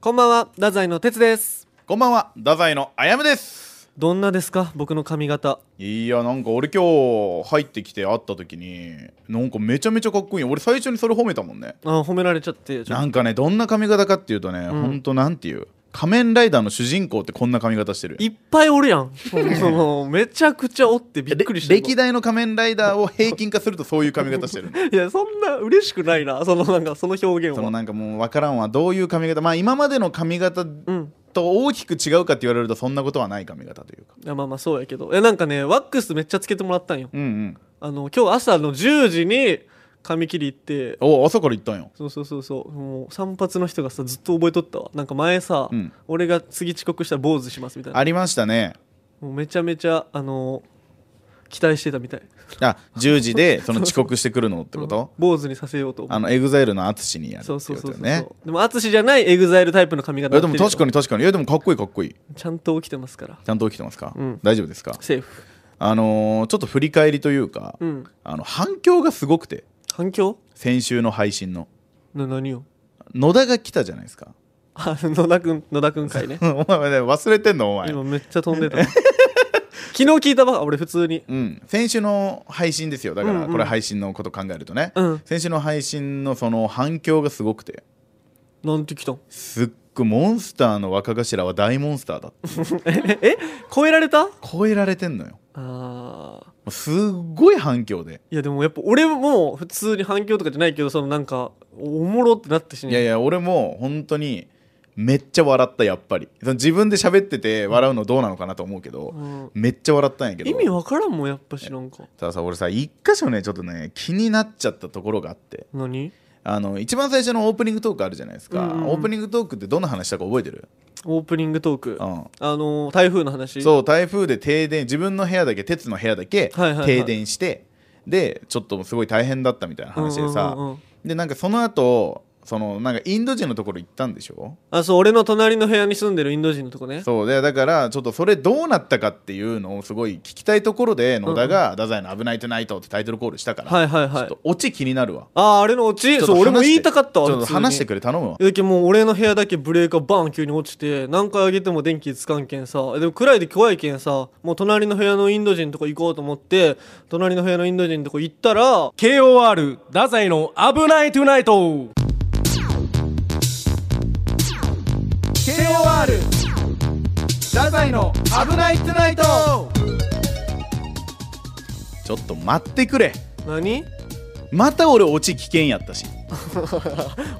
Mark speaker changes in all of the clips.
Speaker 1: こんばんは、太宰の哲です。
Speaker 2: こんばんは、太宰のあやむです。
Speaker 1: どんなですか、僕の髪型。
Speaker 2: いや、なんか俺今日入ってきて会った時に、なんかめちゃめちゃかっこいい。俺最初にそれ褒めたもんね。
Speaker 1: あ、褒められちゃって、ちょっ
Speaker 2: なんかね、どんな髪型かっていうとね、
Speaker 1: ん
Speaker 2: ほんとなんていう、仮面ライダーの主人公ってこんな髪型してる
Speaker 1: と。いっぱいおるやん。そのめちゃくちゃおってびっくりした。
Speaker 2: れ歴代の仮面ライダーを平均化するとそういう髪型してる
Speaker 1: いや、 そんな嬉しくないな、そのなんか、その表現
Speaker 2: その
Speaker 1: は。
Speaker 2: なんかもう分からんわどういう髪型まあ今までの髪型
Speaker 1: うん。
Speaker 2: と大きく違うかって言われるとそんなことはない髪型というか
Speaker 1: いやまあまあそうやけどえなんかねワックスめっちゃつけてもらったんよ
Speaker 2: うんうん
Speaker 1: あの今日朝の10時に髪切り行って
Speaker 2: お朝から行ったんよ
Speaker 1: そうそうそうそうもう散髪の人がさずっと覚えとったわなんか前さ、
Speaker 2: うん
Speaker 1: 俺が次遅刻したら坊主しますみたいな
Speaker 2: ありましたね
Speaker 1: もうめちゃめちゃあの期待してたみたい
Speaker 2: あ10時でその遅刻してくるのってこと
Speaker 1: 坊主にさせようと思
Speaker 2: あのエグザイルの淳に
Speaker 1: う
Speaker 2: やるって
Speaker 1: そ
Speaker 2: こ
Speaker 1: うそうそ
Speaker 2: と
Speaker 1: う
Speaker 2: よ
Speaker 1: そう、
Speaker 2: ね
Speaker 1: でも淳じゃないエグザイルタイプの髪
Speaker 2: い
Speaker 1: 型
Speaker 2: やでも確か
Speaker 1: に
Speaker 2: に確かにいやでもかっこいいかっこいい
Speaker 1: ちゃんと起きてますから
Speaker 2: ちゃんと起きてますか、
Speaker 1: うん
Speaker 2: 大丈夫ですか
Speaker 1: セーフ
Speaker 2: あのーちょっと振り返りというか、
Speaker 1: うん
Speaker 2: あの反響がすごくて
Speaker 1: 反響
Speaker 2: 先週の配信の
Speaker 1: な何を
Speaker 2: 野田が来たじゃないですか
Speaker 1: あ野田君野田君会ね
Speaker 2: お前ね忘れてんのお前
Speaker 1: 今めっちゃ飛んで た昨日聞いたば俺普通に
Speaker 2: うん、先週の配信ですよだか
Speaker 1: うん
Speaker 2: ら
Speaker 1: うん
Speaker 2: これ配信のこと考えるとね、
Speaker 1: うん
Speaker 2: 先週の配信のその反響がすごくて
Speaker 1: なんて来たん
Speaker 2: すっごいモンスターの若頭は大モンスターだって
Speaker 1: ええ超えられた
Speaker 2: 超えられてんのよ
Speaker 1: あー
Speaker 2: すっごい反響で、
Speaker 1: いやでもやっぱ俺も普通に反響とかじゃないけどそのなんかおもろってなってしま
Speaker 2: いやいや俺も本当にめっちゃ笑ったやっぱりその自分で喋ってて笑うのどうなのかなと思うけど、
Speaker 1: うん
Speaker 2: めっちゃ笑ったんやけど
Speaker 1: 意味わからんもんやっぱしなんか
Speaker 2: たださ俺さ一箇所ねちょっとね気になっちゃったところがあって
Speaker 1: 何
Speaker 2: あの一番最初のオープニングトークあるじゃないですか、
Speaker 1: うんうんうん
Speaker 2: オープニングトークってどんな話したか覚えてる、
Speaker 1: オープニングトーク
Speaker 2: う
Speaker 1: あ
Speaker 2: ん、
Speaker 1: のー台風の話
Speaker 2: そう台風で停電自分の部屋だけ鉄の部屋だけ
Speaker 1: はいはいはい
Speaker 2: 停電して、でちょっとすごい大変だったみたいな話でさ、
Speaker 1: うんうんうんうん
Speaker 2: でなんかその後そのなんかインド人のところ行ったんでしょ
Speaker 1: あそう俺の隣の部屋に住んでるインド人のとこね
Speaker 2: そうでだからちょっとそれどうなったかっていうのをすごい聞きたいところで野田が「太宰の危ないトゥナイト」ってタイトルコールしたから、
Speaker 1: はいはい
Speaker 2: ちょ
Speaker 1: は
Speaker 2: っ
Speaker 1: い
Speaker 2: とオチ気になるわ
Speaker 1: あああれのオチ
Speaker 2: ちょ
Speaker 1: そ
Speaker 2: っと
Speaker 1: う俺も
Speaker 2: 話し
Speaker 1: 言
Speaker 2: て
Speaker 1: いたかったわ
Speaker 2: ちょっと話して
Speaker 1: く
Speaker 2: くれ頼むわ
Speaker 1: だけどもう俺の部屋だけブレーカーバン急に落ちて何回上げても電気つかんけんさでも暗いで怖いけんさもう隣の部屋のインド人のとこ行こうと思って隣の部屋のインド人のとこ行ったら
Speaker 3: KOR 太宰の危ないトゥナイト
Speaker 2: KOR 太宰の「危ないトゥナイト」ちょっと待ってくれ
Speaker 1: 何
Speaker 2: また俺オチ危険やったし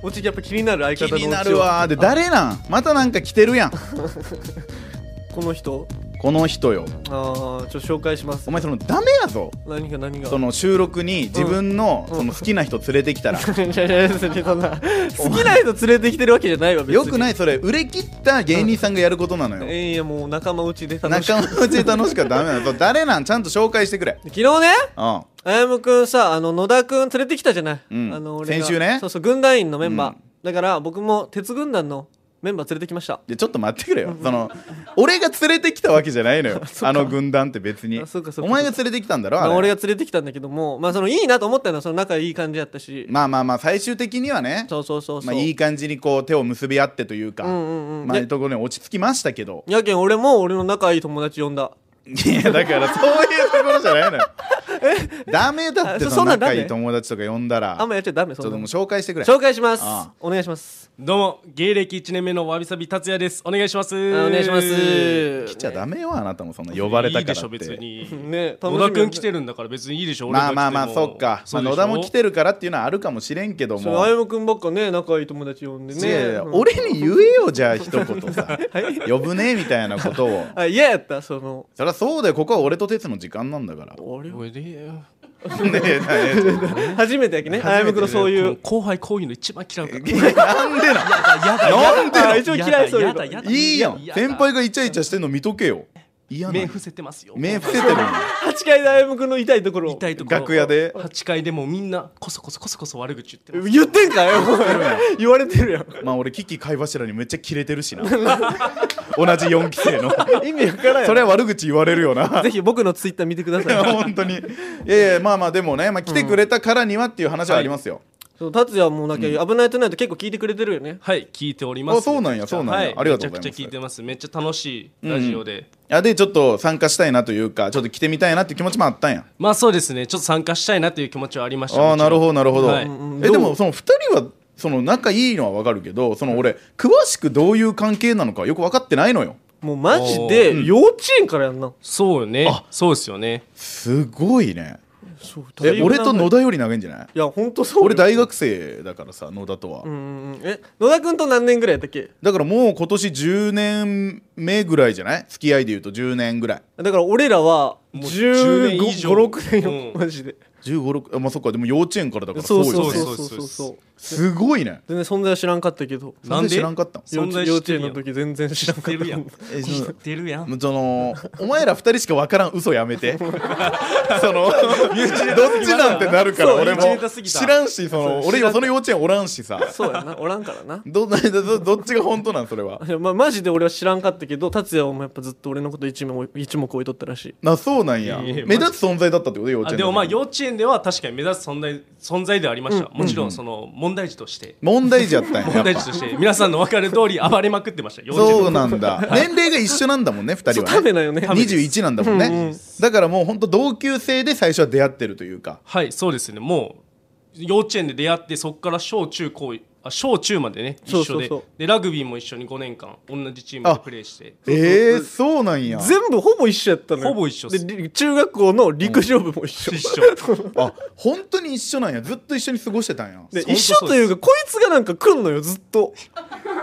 Speaker 1: 落ちやっぱ気になる相
Speaker 2: 気
Speaker 1: 方のオチ
Speaker 2: に
Speaker 1: は
Speaker 2: なるわで誰なんまたなんか来てる やん
Speaker 1: この人
Speaker 2: この人よ
Speaker 1: ああちょっと紹介します
Speaker 2: お前そのダメやぞ
Speaker 1: 何が何が
Speaker 2: その収録に自分の
Speaker 1: うん
Speaker 2: その好きな人連れてきたら
Speaker 1: いやいやいや別にそんな好きな人連れてきてるわけじゃないわ別に
Speaker 2: よくないいそれ売れ切った芸人さんがやることなのよ
Speaker 1: いやもう仲間内で楽しく
Speaker 2: 仲間内楽しかダメなの誰なんちゃんと紹介してくれ
Speaker 1: 昨日ね
Speaker 2: うん
Speaker 1: あやむくんさあの野田くん連れてきたじゃない、
Speaker 2: うん
Speaker 1: あの俺が
Speaker 2: 先週ね
Speaker 1: そうそう軍団員のメンバー、
Speaker 2: うん
Speaker 1: だから僕も鉄軍団のメンバー連れてきました
Speaker 2: でちょっと待ってく れよその俺が連れてきたわけじゃないのよあの軍団って別に
Speaker 1: あそうかそうか
Speaker 2: お前が連れてきたんだろ
Speaker 1: ま
Speaker 2: あ
Speaker 1: あ
Speaker 2: れ
Speaker 1: 俺が連れてきたんだけどもまあそのいいなと思ったのはその仲いい感じやったし、
Speaker 2: まあまあまあ最終的にはね
Speaker 1: そうそうそうそう、
Speaker 2: まあ、いい感じにこう手を結び合ってというか、
Speaker 1: うんうんうん
Speaker 2: まあ、
Speaker 1: で
Speaker 2: ところに落ち着きましたけど
Speaker 1: やけん俺も俺の仲いい友達呼んだ
Speaker 2: いやだからそういうところじゃないのよダメだって
Speaker 1: あそ
Speaker 2: その
Speaker 1: そんなんダ
Speaker 2: 仲
Speaker 1: メ
Speaker 2: いい友達とか呼んだら
Speaker 1: あんまやっちゃダメ
Speaker 2: ち
Speaker 1: そ
Speaker 2: ょっと
Speaker 1: ん
Speaker 2: もう
Speaker 1: な
Speaker 2: 紹介してくれ
Speaker 1: 紹介します
Speaker 2: ああ
Speaker 1: お願いします
Speaker 3: どうも芸歴1年目のわびさび達也ですお願いします
Speaker 1: あお願いします
Speaker 2: 来ちゃダメよあなたもそんな呼ばれた
Speaker 3: いい
Speaker 2: か
Speaker 3: で
Speaker 2: ら
Speaker 3: しょ
Speaker 2: っ
Speaker 3: 別
Speaker 2: て
Speaker 3: に
Speaker 1: ね楽しみ
Speaker 3: 野田君来てるんだから別にいいでしょ
Speaker 2: まあまあまあそっか、まあ、野田も来
Speaker 3: る
Speaker 2: てるからっていうのはあるかもしれんけど
Speaker 1: そう
Speaker 2: も
Speaker 1: あやむくんばっかね仲いい友達呼んで
Speaker 2: いやい
Speaker 1: ね
Speaker 2: や
Speaker 1: うん
Speaker 2: 俺に言えよじゃあ一言さ呼ぶねみたいなことを
Speaker 1: あ嫌やったその
Speaker 2: そりゃそうだよここは俺と哲の時間なんだからね
Speaker 1: 俺
Speaker 3: 俺ね
Speaker 2: えなえ
Speaker 1: 初めてやけねあやむくんのそういう
Speaker 3: 後輩こういうの一番嫌うから
Speaker 2: いやなんでなんなんで
Speaker 1: あ
Speaker 2: なん
Speaker 1: 一応嫌いそういうの
Speaker 3: やだやだ
Speaker 2: いいやん
Speaker 3: やだ
Speaker 2: 先輩がイチャイチャしてんの見とけよ嫌な
Speaker 3: 目
Speaker 2: の
Speaker 3: 伏せてますよ
Speaker 2: 目伏せてるの
Speaker 1: 8階であやむくんの痛いところを
Speaker 3: 痛いところ
Speaker 2: 楽屋で
Speaker 3: 8階でもうみんなこそこそこそこそ悪口言ってます
Speaker 1: 言ってんかよお前 言われてるやん
Speaker 2: まあ俺キキ貝柱にめっちゃキレてる しな同じ4期生の
Speaker 1: 意味わからん
Speaker 2: そ
Speaker 1: や
Speaker 2: れは悪口言われるよな
Speaker 1: ぜひ僕のツイッター 見てください
Speaker 2: 本当にいやいやまあまあでもね、まあ、来てくれたからにはっていう話はありますよ、
Speaker 1: そう達也はもうなんか危ないとないと結構聞いてくれてるよね
Speaker 3: はい聞いております
Speaker 2: あそうなんや
Speaker 3: めちゃくちゃ
Speaker 2: そうなんや
Speaker 3: はい
Speaker 2: ありがとうございます
Speaker 3: めちゃくちゃ聞いてますめっちゃ楽しいラジオで、
Speaker 2: あでちょっと参加したいなというかちょっと来てみたいなっていう気持ちもあったんや
Speaker 3: まあそうですねちょっと参加したいなという気持ちはありました
Speaker 2: ああなるほ
Speaker 3: ど
Speaker 2: どなるほど、
Speaker 3: はい
Speaker 1: うんうん
Speaker 2: え
Speaker 1: どう
Speaker 2: でもその2人はその仲いいのは分かるけどその俺詳しくどういう関係なのかよく分かってないのよ
Speaker 1: もうマジで幼稚園からやんな
Speaker 3: そうよねそうですよね
Speaker 2: すごいね
Speaker 1: そうだいぶ
Speaker 2: え俺と
Speaker 1: 長い
Speaker 2: 野田より長いんじゃない
Speaker 1: いや本当そうよ
Speaker 2: 俺大学生だからさ野田とは、
Speaker 1: うんうんうんえ野田君と何年ぐらいやったっけ
Speaker 2: だからもう今年10年目ぐらいじゃない付き合いで言うと10年ぐらい
Speaker 1: だから俺らは
Speaker 3: もう10年以上
Speaker 1: 1516年よ、
Speaker 3: うん
Speaker 1: マジで
Speaker 2: 1 5 6まあそっかでも幼稚園からだから
Speaker 1: そう
Speaker 2: よ
Speaker 1: そう
Speaker 2: ね
Speaker 1: そうそうそうそう
Speaker 2: すごいね
Speaker 1: 全然存在は知らんかったけど
Speaker 3: なん
Speaker 2: 全然
Speaker 3: で
Speaker 2: 知らんかったの
Speaker 1: 幼
Speaker 3: 存
Speaker 1: 稚幼
Speaker 3: 在知っ
Speaker 1: 稚
Speaker 3: て
Speaker 1: 園
Speaker 3: るや
Speaker 1: の
Speaker 3: ん
Speaker 1: 時全然知らんか
Speaker 3: 知
Speaker 1: っ
Speaker 3: っ
Speaker 1: た
Speaker 3: てるやん
Speaker 2: えそ
Speaker 3: 知
Speaker 2: の
Speaker 3: ってるやん
Speaker 2: そのお前ら2人しか分からん嘘やめてそのどっちなんてなるから
Speaker 3: そう
Speaker 2: 俺も
Speaker 3: 身内ネタすぎた
Speaker 2: 知らんしその俺よその幼稚園おらんしさ
Speaker 1: そうやなおらんからな
Speaker 2: どどどっちが本当なんそれはい
Speaker 1: やまあ、マジで俺は知らんかったけど達也はもうやっぱずっと俺のこと一目置い一目置いとったらしい
Speaker 2: なそうなんや
Speaker 3: いやいや
Speaker 2: 目立つ存在だったってこと幼
Speaker 3: あ
Speaker 2: 稚園
Speaker 3: でもまあ
Speaker 2: の時
Speaker 3: 幼稚園では確かに目立つ存在存在ではありました、もちろんその問題児として
Speaker 2: 問題児やったんやや
Speaker 3: 問
Speaker 2: っぱ
Speaker 3: 題児として皆さんの分かる通り暴れまくってました幼稚園
Speaker 2: そうなんだ年齢が一緒なんだもんね2
Speaker 1: そ
Speaker 2: 人
Speaker 1: う
Speaker 2: は
Speaker 1: 食べ
Speaker 2: ね
Speaker 1: なよね
Speaker 2: 21なんだもんね、
Speaker 1: うんうん
Speaker 2: だからもう本当同級生で最初は出会ってるというか
Speaker 3: はいそうですねもう幼稚園で出会ってそこから小中高あ小中までね一緒
Speaker 1: そう
Speaker 3: で
Speaker 1: そうそう
Speaker 3: でラグビーも一緒に5年間同じチームでプレーして
Speaker 2: えー、そうなんや
Speaker 1: 全部ほぼ一緒やったのよ
Speaker 3: ほぼ一緒っす
Speaker 1: でり中学校の陸上部も一緒、
Speaker 3: 一緒
Speaker 2: あ本当に一緒なんやずっと一緒に過ごしてたんや
Speaker 1: で
Speaker 3: 本当
Speaker 1: 一緒というかこいつがなんか来んのよずっと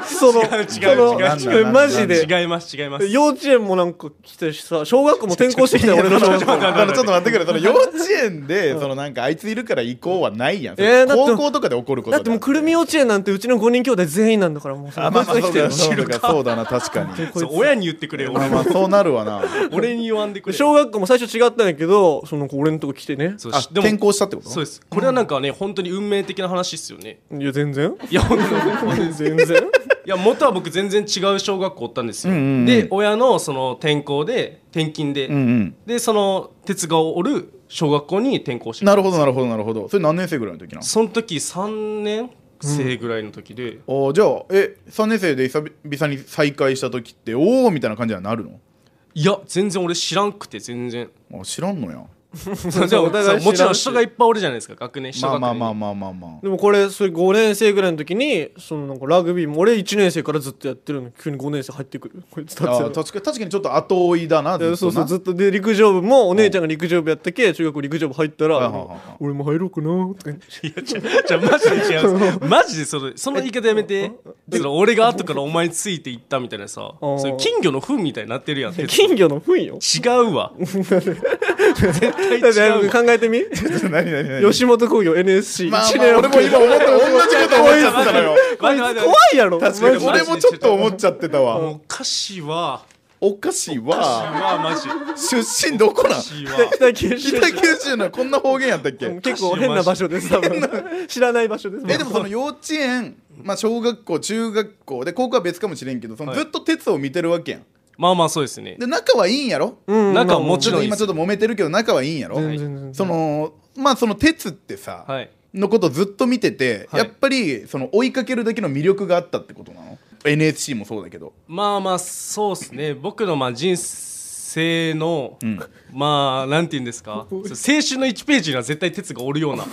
Speaker 1: その
Speaker 3: 違う違う
Speaker 1: その
Speaker 3: 違う
Speaker 1: そのマジで
Speaker 3: 違います違います
Speaker 1: 幼稚園もなんか来てしさ小学校も転校してきたよ俺の小学校
Speaker 2: だからちょっと待ってくれそ の幼稚園でそのなんかあいついるから行こうはないやん、
Speaker 1: えーだって
Speaker 2: 高校とかで起こること
Speaker 1: だってもうくるみ幼稚園なんてうちの5人兄弟全員なんだからもうそ
Speaker 2: あ
Speaker 1: の
Speaker 2: まあまあ
Speaker 1: こいつ
Speaker 2: そう
Speaker 1: が
Speaker 2: だ
Speaker 1: 来
Speaker 2: そ
Speaker 1: てる
Speaker 2: うだそうだな確かに
Speaker 1: こいつ
Speaker 3: そう親に言ってくれよ
Speaker 2: まあ
Speaker 3: 俺
Speaker 2: まあそうなるわな
Speaker 3: 俺に言わんでくれ
Speaker 1: 小学校も最初違ったんやけどその子俺のとこ来てね
Speaker 3: そう
Speaker 2: あ
Speaker 3: しでも
Speaker 2: 転校したってこと
Speaker 3: そうですこれはなんかね本当に運命的な話っすよね
Speaker 1: いや全 然
Speaker 3: いや本当に
Speaker 1: 全然
Speaker 3: いや元は僕全然違う小学校おったんですよ、
Speaker 2: うんうんうん
Speaker 3: で親のその転校で転勤で、
Speaker 2: うんうん
Speaker 3: でその哲がおる小学校に転校してきた
Speaker 2: なるほどなるほどなるほどそれ何年生ぐらいの時な
Speaker 3: その時3年生ぐらいの時で、
Speaker 2: おじゃあえ3年生で久々に再会した時っておおみたいな感じにはなる
Speaker 3: いや全然俺知らんくて 全然
Speaker 2: のあ知らんのや
Speaker 3: そうでも
Speaker 1: お互い知らんし
Speaker 3: もちろん人がいっぱいおるじゃないですか学年
Speaker 2: ま
Speaker 3: 下
Speaker 2: あ
Speaker 3: 学年
Speaker 2: まあまあまあまあ まあ
Speaker 1: でもこれそれ5年生ぐらいの時にそのなんかラグビーも俺1年生からずっとやってるのに急に5年生入ってくるこいつ達
Speaker 2: あ
Speaker 1: 也が
Speaker 2: 確か確かにちょっと後追いだなずっと
Speaker 1: え
Speaker 2: な
Speaker 1: そうそう ずっとで陸上部もお姉ちゃんが陸上部やったけ中学校陸上部入った
Speaker 2: はい
Speaker 1: ら
Speaker 2: はいはい
Speaker 1: 俺も入ろうかなーとか言って
Speaker 3: いや じゃじゃマジで違うんですマジでそのその言い方やめてその俺が後からお前についていったみたいなさ
Speaker 1: ー
Speaker 3: それ金魚の糞みたいになってるやん哲
Speaker 1: 金魚の糞よ
Speaker 3: 違うわ絶対
Speaker 1: だって
Speaker 3: 違うわ
Speaker 1: 考え てみ
Speaker 2: 何何何
Speaker 1: 吉本興業 NSC1
Speaker 2: まあ
Speaker 1: 年
Speaker 2: まあ俺も今思った同じこと思っちゃってたのよ
Speaker 1: こい
Speaker 3: 待って待って
Speaker 1: つ怖いやろ
Speaker 2: 確かに
Speaker 1: マジで
Speaker 2: 俺もちょっと思っちゃってた
Speaker 3: も
Speaker 2: わ
Speaker 3: う歌詞は
Speaker 2: おかしいわ
Speaker 3: はマジ
Speaker 2: 出身どこなん
Speaker 3: 詞は
Speaker 1: 北九州
Speaker 2: 北九州のこんな方言やったっけ
Speaker 1: 結構変な場所です多分 知らない場所です
Speaker 2: えでもその幼稚園、まあ、小学校中学校で高校は別かもしれんけどその
Speaker 3: はい
Speaker 2: ずっと鉄を見てるわけやん
Speaker 3: まあまあそうですね
Speaker 2: で仲はいいんやろ
Speaker 1: うん
Speaker 3: なんかもちろんいい
Speaker 2: 今
Speaker 3: で
Speaker 2: ちょ
Speaker 3: す
Speaker 2: っと揉めてるけど仲はいいんやろ、
Speaker 1: 全然全然
Speaker 2: そのまあその鉄ってさ、
Speaker 3: はい
Speaker 2: のことずっと見てて、
Speaker 3: はい
Speaker 2: やっぱりその追いかけるだけの魅力があったってことなの NSC もそうだけど
Speaker 3: まあまあそうですね僕のまあ人生の、
Speaker 2: ん
Speaker 3: まあなんて言うんですかそう青春の1ページには絶対鉄がおるような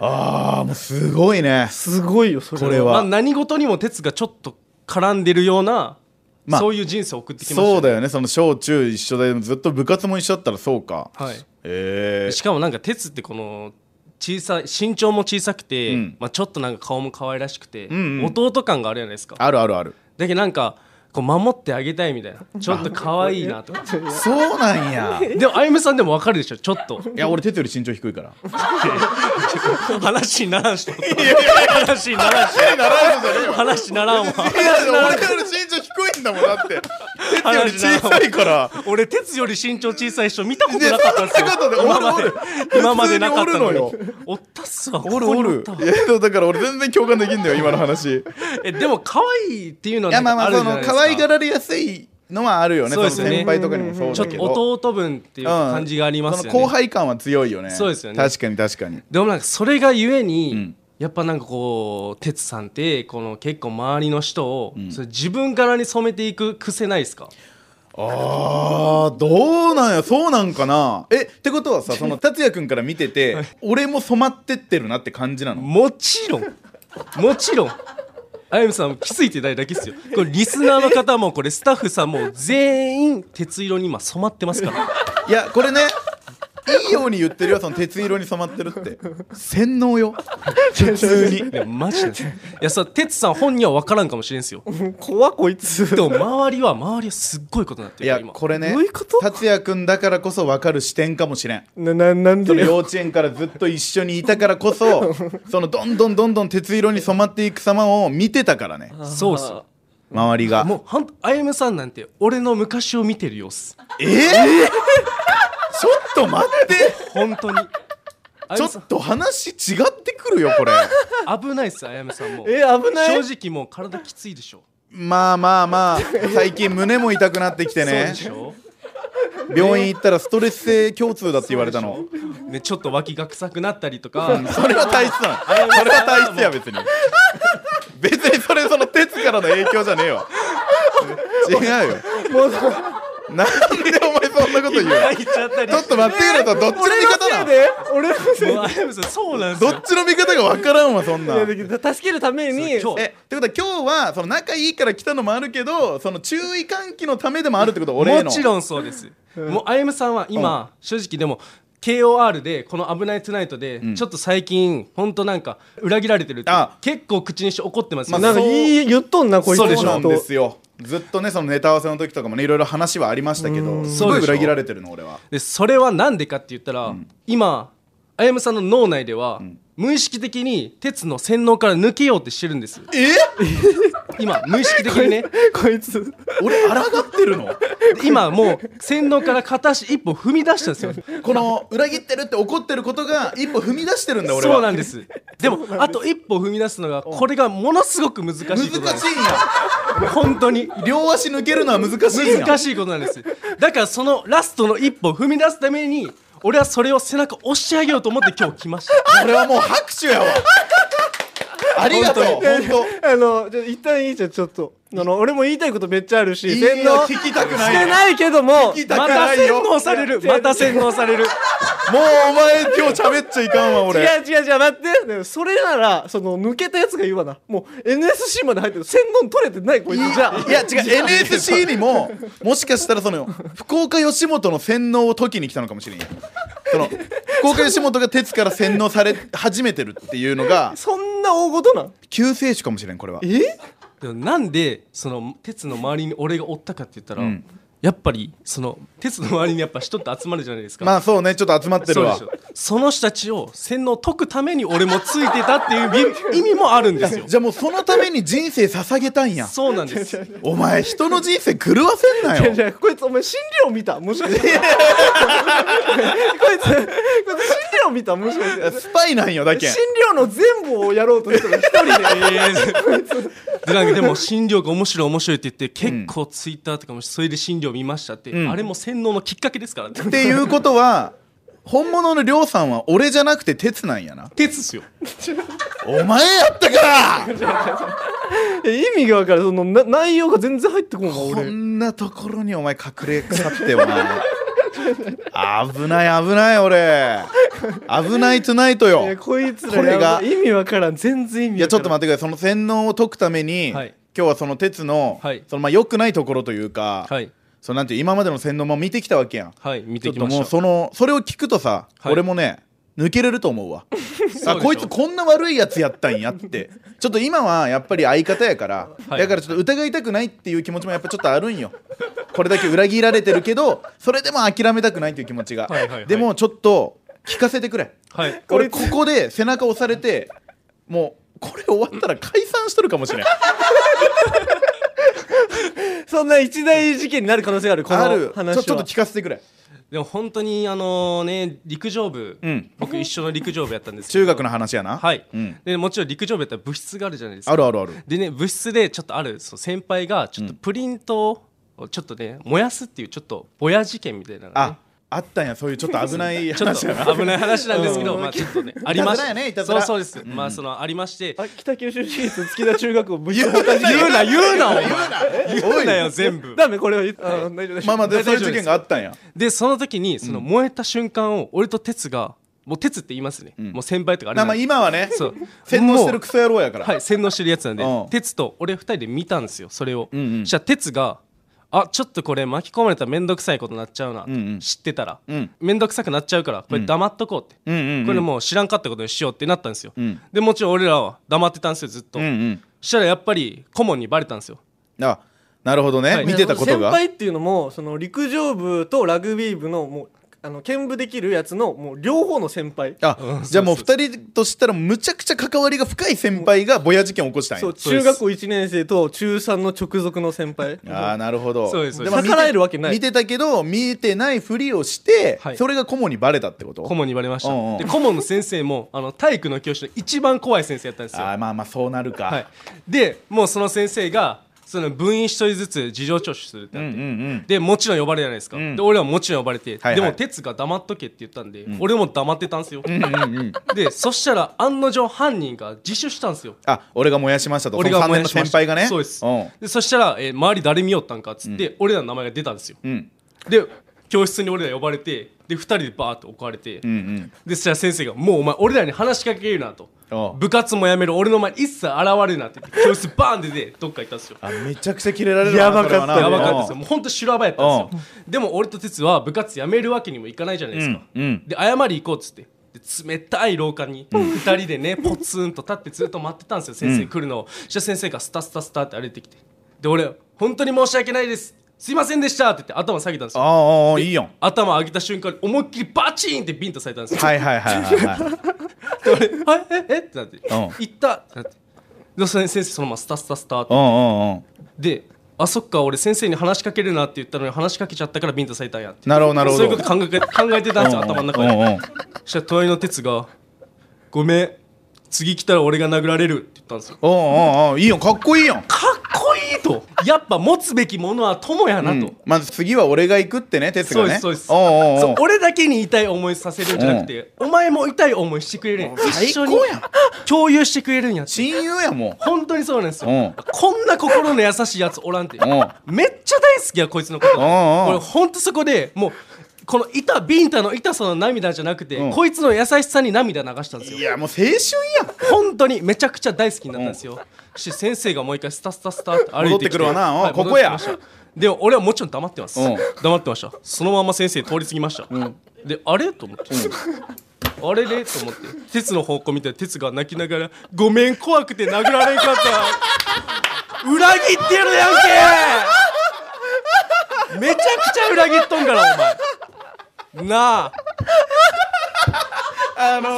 Speaker 2: ああもうすごいね
Speaker 1: すごいよそれ
Speaker 2: これは
Speaker 3: まあ、何事にも鉄がちょっと絡んでるような、
Speaker 2: まあ
Speaker 3: そういう人生を送ってきましたね
Speaker 2: そうだよねその小中一緒でずっと部活も一緒だったらそうか
Speaker 3: はい
Speaker 2: え
Speaker 3: しかもなんか鉄ってこの小さい身長も小さくて、
Speaker 2: うん
Speaker 3: まあ、ちょっとなんか顔も可愛らしくて、
Speaker 2: んうん
Speaker 3: 弟感があるじゃないですか
Speaker 2: ー、あるあるある
Speaker 3: だけどなんかこう守ってあげたいみたいなちょっと可愛いなとか
Speaker 2: そうなんや い
Speaker 3: でもあゆむさんでもわかるでしょちょっと
Speaker 2: や俺鉄より身長低いから
Speaker 3: 話にならんしと話にならん
Speaker 2: ならん
Speaker 3: し
Speaker 2: じゃねえ
Speaker 3: 話にならんわ
Speaker 2: いや俺から身長低いんだもんだ って鉄より小さいから
Speaker 3: 俺鉄より身長小さい人見たこと
Speaker 2: いや
Speaker 3: なかったんですよ
Speaker 2: そんなことで
Speaker 3: 今ま
Speaker 2: お
Speaker 3: で
Speaker 2: る
Speaker 3: 今までなかったのに
Speaker 2: 普通におる
Speaker 3: おったっすわ
Speaker 2: おるおる
Speaker 3: ここにおったわ
Speaker 2: いやだから俺全然共感できんだよ今の話い
Speaker 3: えでも可愛いっていうのはな
Speaker 2: や
Speaker 3: ん
Speaker 2: まあ
Speaker 3: か
Speaker 2: ま
Speaker 3: あ
Speaker 2: あ
Speaker 3: るじ
Speaker 2: そ
Speaker 3: ゃない
Speaker 2: の
Speaker 3: ですか
Speaker 2: 可愛がられやすいのはあるよね
Speaker 3: そ
Speaker 2: そう
Speaker 3: で
Speaker 2: の
Speaker 3: すね
Speaker 2: 先輩とかにもそう
Speaker 1: ちょ
Speaker 2: だ
Speaker 1: っ
Speaker 2: け
Speaker 3: ち
Speaker 2: ど
Speaker 3: ょっと弟分っていう感じがありますよね
Speaker 2: その後輩感は強いよね
Speaker 3: そうですよね
Speaker 2: 確かに確かに
Speaker 3: でもなんかそれがゆえに、
Speaker 2: ん
Speaker 3: やっぱなんかこう哲さんってこの結構周りの人を、それ自分からに染めていく癖ないですか
Speaker 2: あーどうなんやそうなんかなえってことはさその達也君から見てて俺も染まってってるなって感じなの
Speaker 3: もちろんもちろんあゆみさん気づいてないだけですよこれリスナーの方もこれスタッフさんも全員鉄色に今染まってますから
Speaker 2: いやこれねいいように言ってるよその鉄色に染まってるって洗脳よ普通に
Speaker 3: いやマジでいやさ哲さん本人は分からんかもしれんすよ
Speaker 1: 怖こいつ
Speaker 3: でも周りは周りはすっごいことになって
Speaker 2: い
Speaker 3: るよ
Speaker 2: や
Speaker 3: 今
Speaker 2: これね
Speaker 1: どういうこと
Speaker 2: 達也君だからこそ分かる視点かもしれん
Speaker 1: なななん
Speaker 2: その
Speaker 1: で
Speaker 2: 幼稚園からずっと一緒にいたからこそそのどんどんどんどん鉄色に染まっていく様を見てたからね
Speaker 3: そうっすよ
Speaker 2: 周りが
Speaker 3: もうほんとあゆみさんなんて俺の昔を見てる様子
Speaker 2: えー、ちょっと待って
Speaker 3: 本当にあ
Speaker 2: ち
Speaker 3: ゆ
Speaker 2: ょ
Speaker 3: みさん
Speaker 2: っと話違ってくるよこれ
Speaker 3: 危ないっすあやめさんも
Speaker 1: え危ない
Speaker 3: 正直もう体きついでしょ
Speaker 2: まあまあまあ最近胸も痛くなってきて
Speaker 3: そう
Speaker 2: ね
Speaker 3: でしょ
Speaker 2: 病院行ったらストレス性共通だって言われたの
Speaker 3: ねちょっと脇が臭くなったりとか
Speaker 2: それは体質なのそれは体質や別に別にそれその鉄からの影響じゃねえわ違うよ
Speaker 1: もう
Speaker 2: なんでお前そんなこと言うの
Speaker 3: 泣いちゃったり
Speaker 2: ちょっと待ってくれとどっちの
Speaker 1: 俺
Speaker 2: 味
Speaker 1: の
Speaker 2: 方
Speaker 1: せ
Speaker 2: ないの
Speaker 1: で俺のせい
Speaker 3: もうあやめさんそうなんです
Speaker 2: どっ
Speaker 3: よ
Speaker 2: ちの味方が分からんわそんなんえ
Speaker 1: でいやだけど助けるために
Speaker 3: そう今日
Speaker 2: ってことは今日はその仲いいから来たのもあるけどその注意喚起のためでもあるってこと俺への
Speaker 3: もちろんそうですもうあやめさんは今正直でも KOR でこの「危ないトゥナイト」でちょっと最近ほんとなんか裏切られてるって
Speaker 2: あ
Speaker 3: 結構口にして怒ってますよ
Speaker 2: ま
Speaker 1: な
Speaker 2: あ
Speaker 1: んかいい言っとんなこいつ
Speaker 2: そうなん
Speaker 1: ちょ
Speaker 2: で
Speaker 1: っと
Speaker 2: すよずっとねそのネタ合わせの時とかもねいろいろ話はありましたけどす
Speaker 3: そう
Speaker 2: ご
Speaker 3: で
Speaker 2: い
Speaker 3: しょ
Speaker 2: 裏切られてるの俺は
Speaker 3: でそれはなんでかって言ったら、今あやむさんの脳内では、無意識的に鉄の洗脳から抜けようってしてるんです
Speaker 2: え
Speaker 3: 今無意識的にね
Speaker 1: こいつ
Speaker 2: 俺抗ってるの
Speaker 3: で今もう洗脳から片足一歩踏み出したん ですよ
Speaker 2: この裏切ってるって怒ってることが一歩踏み出してるんだ俺は
Speaker 3: そうなんですでもあと一歩踏み出すのがこれがものすごく難しいこと
Speaker 2: 難
Speaker 3: な
Speaker 2: し
Speaker 3: ん
Speaker 2: いん
Speaker 3: で
Speaker 2: や
Speaker 3: す本当に
Speaker 2: 両足抜けるのは難しいんや
Speaker 3: 難しいことなんですだからそのラストの一歩を踏み出すために俺はそれを背中押し上げようと思って今日来ました
Speaker 2: これはもう拍手やわありがとう本当
Speaker 1: あのじゃあ一旦いいじゃんちょっとあの俺も言いたいことめっちゃあるし
Speaker 2: いいよ
Speaker 1: 洗脳
Speaker 2: 聞きたくない
Speaker 1: してないけども
Speaker 2: 聞きた
Speaker 3: ま
Speaker 2: くな
Speaker 3: た
Speaker 2: い
Speaker 3: 洗
Speaker 2: よ
Speaker 3: 脳されるまた洗脳される
Speaker 2: もうお前今日喋っちゃいかんわ
Speaker 1: 違う
Speaker 2: 俺
Speaker 1: 違う違う待ってでもそれならその抜けたやつが言うわなもう NSC まで入ってる洗脳取れてないこいつじゃあ
Speaker 2: いや違う NSC にももしかしたらその福岡吉本の洗脳を解きに来たのかもしれんよその福岡吉本が鉄から洗脳され始めてるっていうのが
Speaker 1: そんな大ごとなん
Speaker 2: 救世主かもしれんこれは
Speaker 1: え
Speaker 3: でもなんでその鉄の周りに俺がおったかって言ったら、
Speaker 2: うん
Speaker 3: やっぱりその鉄の周りにやっぱ人って集まるじゃないですか、
Speaker 2: まあそうねちょっと集まってる
Speaker 3: そうで
Speaker 2: わ
Speaker 3: しょその人たちを洗脳を解くために俺もついてたっていう意味意味もあるんですよ
Speaker 2: じゃあもうそのために人生捧げたんや
Speaker 3: そうなんです
Speaker 2: お前人の人生狂わせんなよ
Speaker 1: いやいやこいつお前診療見たもしかしてこいつこいつ診療見たもしかして
Speaker 2: スパイなんよだけん
Speaker 1: 診療の全部をやろうとしてる 一人で
Speaker 3: でなんかでも診療が面白い面白いって言って結構ツイッターとかもそれで診療見ましたって、
Speaker 2: ん
Speaker 3: あれも洗脳のきっかけですからね
Speaker 2: っていうことは本物のりょうさんは俺じゃなくて鉄なんやな
Speaker 3: 鉄っすよ
Speaker 2: お前やったか
Speaker 1: え意味が分からんそのな内容が全然入ってこんわ
Speaker 2: こ
Speaker 1: 俺
Speaker 2: んなところにお前隠れ腐ってお前 危ない危ない俺危ないトゥナイト
Speaker 1: い
Speaker 2: よ
Speaker 1: やこいつら
Speaker 2: これが
Speaker 1: やばい意味分からん全然意味
Speaker 2: いやちょっと
Speaker 1: っ
Speaker 2: 待ってくださいその洗脳を解くために、
Speaker 3: はい
Speaker 2: 今日はその鉄の、
Speaker 3: はい
Speaker 2: そのまあ良くないところというか、
Speaker 3: はい
Speaker 2: そのなんていう今までの洗脳も見てきたわけやん
Speaker 3: はい見
Speaker 2: ち
Speaker 3: て
Speaker 2: ょっ
Speaker 3: き
Speaker 2: と
Speaker 3: まし
Speaker 2: もう
Speaker 3: た
Speaker 2: そのそれを聞くとさ、
Speaker 3: はい
Speaker 2: 俺もね抜けれると思う わ
Speaker 3: しょ
Speaker 2: あこいつこんな悪いやつやったんやってちょっと今はやっぱり相方やから、
Speaker 3: はい
Speaker 2: だからちょっと疑いたくないっていう気持ちもやっぱちょっとあるんよこれだけ裏切られてるけどそれでも諦めたくないっていう気持ちが、
Speaker 3: はいはいはい
Speaker 2: でもちょっと聞かせてくれ
Speaker 3: はい
Speaker 2: 俺ここで背中押されてもうこれ終わったら解散しとるかもしれん
Speaker 1: てそんな一大事件になる可能性があるこ
Speaker 2: あ
Speaker 1: の
Speaker 2: る
Speaker 1: 話
Speaker 2: ち
Speaker 1: は
Speaker 2: ょちょっと聞かせてくれ
Speaker 3: でも本当にあのね陸上部、
Speaker 2: うん
Speaker 3: 僕一緒の陸上部やったんですけど
Speaker 2: 中学の話やな
Speaker 3: はい、
Speaker 2: うん
Speaker 3: でもちろん陸上部やったら部室があるじゃないですか
Speaker 2: あるあるある
Speaker 3: でね部室でちょっとあるそう先輩がちょっとプリントをちょっとね燃やすっていうちょっとぼや事件みたいなのがね
Speaker 2: ああったんやそういうちょっと危ない
Speaker 3: ちょっ
Speaker 2: 話が
Speaker 3: と危ない話なんですけど、
Speaker 1: うん
Speaker 3: まあちょっとね、ありま
Speaker 2: いたずらやねい
Speaker 3: して、
Speaker 2: たず
Speaker 3: そう
Speaker 2: ら
Speaker 3: そうです、まあそのありまして、
Speaker 1: あ北九州市立月田中学校部長
Speaker 3: 言うな言うなお前
Speaker 2: 言うな
Speaker 3: 言
Speaker 2: お
Speaker 3: う
Speaker 2: い
Speaker 3: なよ全部。
Speaker 1: ダメこれは言っあ大丈夫大丈夫
Speaker 2: まあまあでそういう事
Speaker 3: 大丈夫で
Speaker 2: 件
Speaker 3: す
Speaker 2: があったんや
Speaker 3: でその時にその燃えた瞬間を俺と哲が、もう哲って言いますね、
Speaker 2: ん
Speaker 3: もう先輩とかあれ
Speaker 2: な
Speaker 3: な
Speaker 2: まあ
Speaker 3: んで
Speaker 2: 今はね
Speaker 3: そう
Speaker 2: 洗脳してるクソ野郎やから、
Speaker 3: はい、洗脳してるやつなんで
Speaker 2: うん
Speaker 3: 哲と俺二人で見たんですよそれを、
Speaker 2: うんうん
Speaker 3: そしたら哲が「あちょっとこれ巻き込まれたら面倒くさいことになっちゃうな」
Speaker 2: んうん
Speaker 3: 知ってたら
Speaker 2: うん
Speaker 3: 面倒くさくなっちゃうからこれ黙っとこうって、
Speaker 2: うんうんうん
Speaker 3: これもう知らんかったことにしようってなったんですよ、
Speaker 2: ん
Speaker 3: でもちろん俺らは黙ってたんですよずっと、
Speaker 2: うんうん
Speaker 3: そしたらやっぱり顧問にバレたんですよ
Speaker 2: あなるほどね、
Speaker 3: はい
Speaker 2: 見てたことが
Speaker 1: 先輩っていうのもその陸上部とラグビー部のもうあの兼部できるやつのもう両方の先輩
Speaker 2: あ、
Speaker 3: ん
Speaker 2: じゃあもう
Speaker 3: そう
Speaker 2: 二人としたらむちゃくちゃ関わりが深い先輩がボヤ事件を起こしたんや
Speaker 1: そう
Speaker 3: そうで
Speaker 1: 中
Speaker 3: す
Speaker 1: 学校1年生と中3の直属の先輩
Speaker 2: ああなるほど
Speaker 3: そうですそうです
Speaker 2: も見て
Speaker 1: 逆らえるわけない
Speaker 2: 見てたけど見えてないふりをして、
Speaker 3: はい
Speaker 2: それが顧問にバレたってこと
Speaker 3: 顧問に言われました、
Speaker 2: うんうん
Speaker 3: で顧問の先生もあの体育の教師の一番怖い先生やったんですよ
Speaker 2: あーまあまあそうなるか、
Speaker 3: はい、でもうその先生がその部員一人ずつ事情聴取するって
Speaker 2: うん
Speaker 3: な
Speaker 2: う
Speaker 3: っ
Speaker 2: ん
Speaker 3: て、
Speaker 2: うん
Speaker 3: でもちろん呼ばれるじゃないですか、
Speaker 2: うん
Speaker 3: で俺はもちろん呼ばれて、
Speaker 2: はい
Speaker 3: でも哲が黙っとけって言ったんで、俺も黙ってたんですよ、
Speaker 2: うんうんうん
Speaker 3: でそしたら案の定犯人が自首したんですよ
Speaker 2: あ俺が燃やしましたと
Speaker 3: 俺が
Speaker 2: その3年
Speaker 3: 燃や
Speaker 2: の
Speaker 3: しま
Speaker 2: 先
Speaker 3: した
Speaker 2: 輩がね
Speaker 3: そうです
Speaker 2: ん
Speaker 3: でそしたら、えー周り誰見よったんかっつって、俺らの名前が出たんですよ
Speaker 2: うん
Speaker 3: で教室に俺ら呼ばれてで2人でバーッと置かれて、
Speaker 2: うんうん
Speaker 3: でそしたら先生が「もうお前俺らに話しかけるな」と
Speaker 2: ああ
Speaker 3: 部活もやめる俺の前に一切現れるな」って言って教室バーン出てどっか行ったんですよ
Speaker 2: あめちゃくちゃキレられる
Speaker 1: やばかった
Speaker 2: それはな
Speaker 3: やばかったですよ。もうほんと修羅場やったんですよ。でも俺と哲は部活やめるわけにもいかないじゃないですか。
Speaker 2: うんうん
Speaker 3: で、謝り行こうっつって。で冷たい廊下に2人でね、ポツンと立ってずっと待ってたんですよ先生来るのを、そしたら先生がスタスタスタって歩いてきてで俺本当に申し訳ないですすいませんでしたって言って頭下げたんです
Speaker 2: あ
Speaker 3: よ
Speaker 2: あああいいよ
Speaker 3: 頭上げた瞬間に思いっきりバチーンってビンタされたんですよ、
Speaker 2: はいはいはいはいはい
Speaker 3: で俺「はいえええっ?」てなって
Speaker 2: ん
Speaker 3: 「行った!」ってなってでそれで先生そのままスタスタスタって
Speaker 2: うんうんうん
Speaker 3: であそっか俺先生に話しかけるなって言ったのに話しかけちゃったからビンタされたんやって
Speaker 2: なるほどなるほど
Speaker 3: そういうこと考え考えてたんですよ頭の中
Speaker 2: うんうんうん
Speaker 3: でそしたら隣の哲が「ごめん次来たら俺が殴られる」って言ったんですよ
Speaker 2: うんうんうんいいよかっこいいよ
Speaker 3: かっこいいとやっぱ持つべきものは友やなと、
Speaker 2: うんまず次は俺が行くってね哲
Speaker 3: そ
Speaker 2: が
Speaker 3: うで
Speaker 2: ね
Speaker 3: すそうです
Speaker 2: おうおうおう
Speaker 3: そう俺だけに痛い思いさせるんじゃなくてお前も痛い思いしてくれるんや一緒に
Speaker 2: 最高やん
Speaker 3: 共有してくれるんやって
Speaker 2: 親友やも
Speaker 3: 本当にそうなんですよ、
Speaker 2: うん
Speaker 3: こんな心の優しいやつおらんて、
Speaker 2: ん
Speaker 3: めっちゃ大好きやこいつのこと、
Speaker 2: んうん
Speaker 3: 俺ほんとそこでもうこの板ビンタの痛さの涙じゃなくて、
Speaker 2: うん
Speaker 3: こいつの優しさに涙流したんです
Speaker 2: う
Speaker 3: よ
Speaker 2: いやもう青春やん
Speaker 3: 本当にめちゃくちゃ大好きになったんですよ、そして先生がもう一回スタスタスタって歩いてきて
Speaker 2: 戻ってくるわなうん
Speaker 3: はい
Speaker 2: ここや
Speaker 3: 戻ってきましたでも俺はもちろん黙ってます、
Speaker 2: うん
Speaker 3: 黙ってましたそのまま先生通り過ぎました、であれと思って、あれれと思って鉄の方向見て鉄が泣きながら「ごめん怖くて殴られんかった」裏切ってるやんけめちゃくちゃ裏切っとんからお前なあ
Speaker 2: あの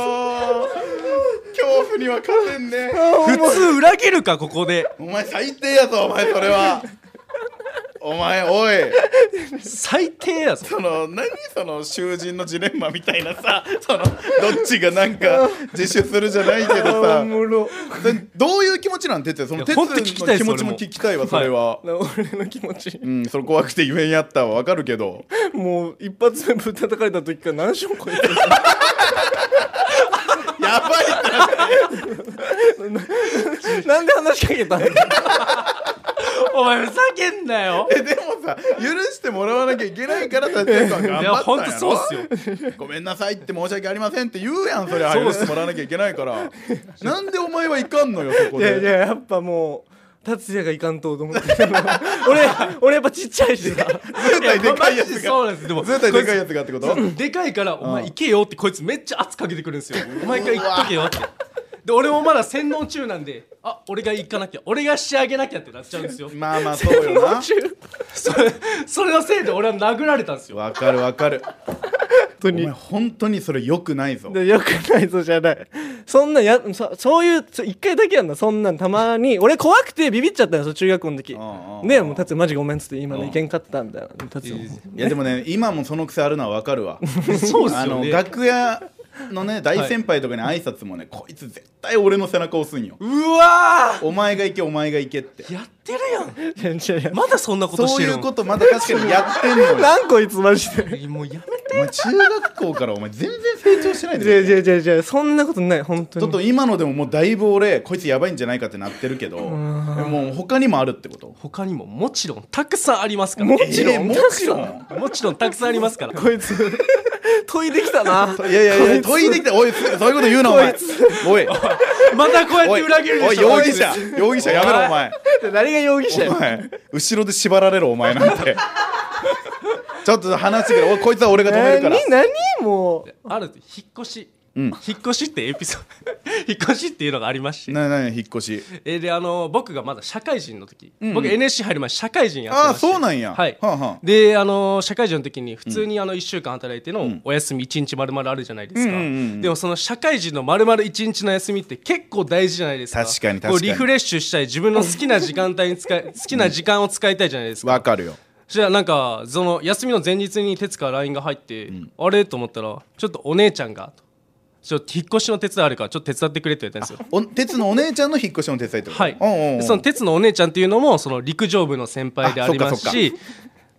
Speaker 2: ー、恐怖には勝てんね
Speaker 3: 普通裏切るかここで
Speaker 2: お前最低やぞお前それはお前おい
Speaker 3: 最低やぞ
Speaker 2: その何その囚人のジレンマみたいなさそのどっちがなんか自首するじゃない けど
Speaker 1: あ
Speaker 2: さ
Speaker 1: おもろ
Speaker 2: でどういう気持ちなんてってその
Speaker 3: や
Speaker 2: 哲
Speaker 3: ほんと聞きた
Speaker 2: の
Speaker 3: い
Speaker 2: 気
Speaker 3: です
Speaker 2: 持ち
Speaker 3: 俺
Speaker 2: も
Speaker 3: も
Speaker 2: 聞きたいわそれは、
Speaker 1: な俺の気持ち
Speaker 2: うんそれ怖くて言えんやったわわかるけ ど
Speaker 1: もう一発目ぶったたかれた時から何章超えてる
Speaker 2: やばいって
Speaker 1: なんで話しかけたの
Speaker 3: お前ふざけんなよ
Speaker 2: えでもさ許してもらわなきゃいけないからさ哲さん頑
Speaker 3: いや
Speaker 2: 張ったん
Speaker 3: 本
Speaker 2: や
Speaker 3: 当
Speaker 2: ろ
Speaker 3: そうっすよ
Speaker 2: ごめんなさいって申し訳ありませんって言うやんそれは
Speaker 3: そう
Speaker 2: 許
Speaker 3: っす
Speaker 2: してもらわなきゃいけないからなんでお前はいかんのよそこ
Speaker 1: いやい
Speaker 2: で
Speaker 1: ややっぱもう達也がいかんとと思って俺俺やっぱちっちゃいしさ
Speaker 2: 絶対でかいやつ
Speaker 3: マジ
Speaker 2: が
Speaker 3: そうなんですでも
Speaker 2: 絶対でかいやつがってこと
Speaker 3: こいつでかいから「お前行けよ」ってこいつめっちゃ圧かけてくるんですよ「お前から行っとけよ」ってで俺もまだ洗脳中なんで「あ俺が行かなきゃ俺が仕上げなきゃ」ってなっちゃうんですよ
Speaker 2: まあまあそうよな
Speaker 3: それそれのせいで俺は殴られたんですよ
Speaker 2: わかるわかる
Speaker 1: 本当
Speaker 2: お
Speaker 1: に
Speaker 2: 前本当にそれ良くないぞ
Speaker 1: でよくないぞじゃないそんなんやそそういうちょ一回だけやんなそんなんたまに俺怖くてビビっちゃったんですよ中学校の時
Speaker 2: んうん
Speaker 1: ねもう達也マジごめんっつって今のいけんかったみたいな達
Speaker 3: い
Speaker 1: 也
Speaker 3: い
Speaker 1: も
Speaker 3: です
Speaker 2: いやでもね今もその癖あるのはわかるわ
Speaker 3: そうっす
Speaker 2: あ
Speaker 3: よ
Speaker 2: の
Speaker 3: ね
Speaker 2: 楽屋のね大先輩とかに挨拶もねこいつ絶対俺の背中押すんよ
Speaker 3: うわ
Speaker 2: お前が行けお前が行けって
Speaker 3: ーやってるやん
Speaker 1: いやいやいや
Speaker 3: まだそんなことし
Speaker 2: そう
Speaker 3: て
Speaker 2: い
Speaker 3: るの
Speaker 2: うことまだ確かにやってんのよ
Speaker 1: 何こいつマジで
Speaker 3: もうやめて
Speaker 2: お前中学校からお前全然成長してないんだ
Speaker 1: じゃ
Speaker 2: よ
Speaker 1: あじゃあじゃあじゃあそんなことない本当
Speaker 2: ちょ
Speaker 1: に
Speaker 2: っと今のでももうだいぶ俺こいつやばいんじゃないかってなってるけどもう他にもあるってこと
Speaker 3: 他にももちろんたくさんありますから
Speaker 1: もちろん
Speaker 2: えーもちろん
Speaker 3: もちろんたくさんありますから
Speaker 1: こ いつ問いできたない
Speaker 2: やいやいや問いできたおいそういうこと言うなお前おい
Speaker 3: またこうやっ
Speaker 2: お
Speaker 3: て
Speaker 2: い
Speaker 3: 裏切る
Speaker 2: お
Speaker 3: で
Speaker 2: い
Speaker 3: しょ
Speaker 2: 容疑者容疑者やめろお前
Speaker 1: 誰が容疑者
Speaker 2: お
Speaker 1: よ
Speaker 2: 前後ろで縛られるお前なんて ちょっと話してくれおいこいつは俺が止めるから
Speaker 1: 何何もう
Speaker 3: ある日引っ越し、
Speaker 2: ん
Speaker 3: 引っ越しってエピソード 引っ越しっていうのがありまして
Speaker 2: ななに引っ越し
Speaker 3: えーであの僕がまだ社会人の時、
Speaker 2: ん
Speaker 3: 僕 NSC 入る前社会人やって
Speaker 2: あ
Speaker 3: ま
Speaker 2: あ
Speaker 3: して
Speaker 2: そうなんや
Speaker 3: はい、
Speaker 2: はあはあ
Speaker 3: であの社会人の時に普通にあの1週間働いてのお休み1日丸々あるじゃないですか、
Speaker 2: うんうんうんうん
Speaker 3: でもその社会人の丸々1日の休みって結構大事じゃないですか
Speaker 2: 確かに確かに
Speaker 3: こうリフレッシュしたい自分の好きな時間帯に使い好きな時間を使いたいじゃないですか
Speaker 2: わかるよ
Speaker 3: そしたらなんかその休みの前日に哲から LINE が入って、あれと思ったらちょっとお姉ちゃんがとちょっと引っ越しの手伝いあるからちょっと手伝ってくれって言ったんですよ
Speaker 2: お鉄のお姉ちゃんの引っ越しの手伝いってこと
Speaker 3: はい、
Speaker 2: おうおうおう
Speaker 3: でその鉄のお姉ちゃんっていうのもその陸上部の先輩であります
Speaker 2: あそっか
Speaker 3: し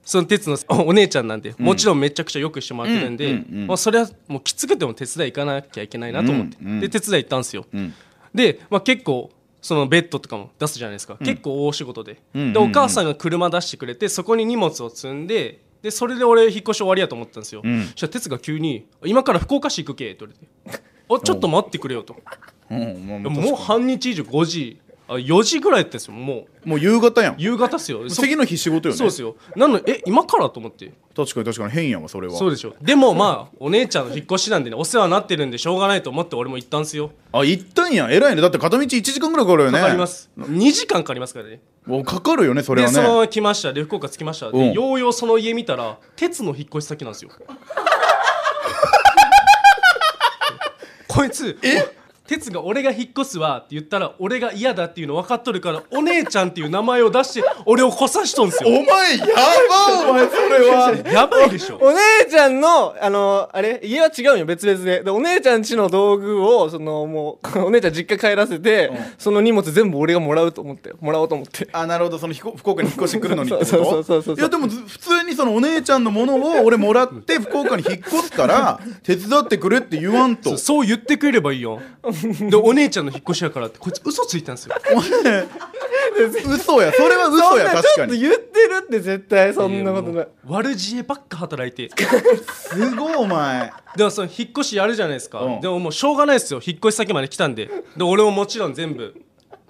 Speaker 3: その鉄のおお姉ちゃんなんで、もちろんめちゃくちゃよくしてもらってるんで、
Speaker 2: うんうんうん
Speaker 3: まあ、それはもうきつくても手伝い行かなきゃいけないなと思って、
Speaker 2: うんうん
Speaker 3: で手伝い行ったんですよ、
Speaker 2: ん
Speaker 3: で、まあ、結構そのベッドとかも出すじゃないですか、結構大仕事で、
Speaker 2: んうんうん
Speaker 3: でお母さんが車出してくれてそこに荷物を積んででそれで俺引っ越し終わりやと思ってたんですよ、
Speaker 2: ん
Speaker 3: そしたら鉄が急に「今から福岡市行くけ」って言われて「あちょっと待ってくれよ」と。
Speaker 2: うんもうもう
Speaker 3: もう半日以上5時あ4時ぐらいやってんですよもう
Speaker 2: もう夕方やん
Speaker 3: 夕方っすよそ
Speaker 2: 次の日仕事よね
Speaker 3: そうですよなのでえ今からと思って
Speaker 2: 確かに確かに変やわそれは
Speaker 3: そうでしょでもまあお姉ちゃんの引っ越しなんでねお世話になってるんでしょうがないと思って俺も行ったんすよ
Speaker 2: あ行ったんや偉いねだって片道1時間ぐらいかかるよね
Speaker 3: かかります2時間かかりますからね
Speaker 2: おかかるよねそれ
Speaker 3: で
Speaker 2: は
Speaker 3: その
Speaker 2: ね
Speaker 3: まま来ましたで福岡着きました
Speaker 2: うん
Speaker 3: でようようその家見たら鉄の引っ越し先なんですよ こいつ鉄が俺が引っ越すわって言ったら俺が嫌だっていうの分かっとるからお姉ちゃんっていう名前を出して俺を来さしとんすよ
Speaker 2: お前やばお前それ は
Speaker 3: やばいでしょ
Speaker 1: お姉ちゃんのあのあれ家は違うんよ別々ででお姉ちゃん家の道具をそのもう お姉ちゃん実家帰らせて、その荷物全部俺がもらうと思ってもらおうと思って
Speaker 2: あなるほどそのひこ福岡に引っ越してくるのに ってこと
Speaker 1: そうそうそうそうそう
Speaker 2: やでもず普通にそのお姉ちゃんのものを俺もらって福岡に引っ越す から手伝ってくれって言わんと
Speaker 3: そう言ってくれればいいよでお姉ちゃんの引っ越しやからってこいつ嘘ついたんですよ
Speaker 2: お前嘘やそれは嘘や
Speaker 1: そんな
Speaker 2: 確
Speaker 1: ちょ
Speaker 2: か
Speaker 1: っと
Speaker 2: に
Speaker 1: 言ってるって絶対そんなことない
Speaker 3: もう悪知恵ばっか働いて
Speaker 2: すごいお前
Speaker 3: でもその引っ越しやるじゃないですか、
Speaker 2: うん
Speaker 3: でももうしょうがないですよ引っ越し先まで来たんでで俺ももちろん全部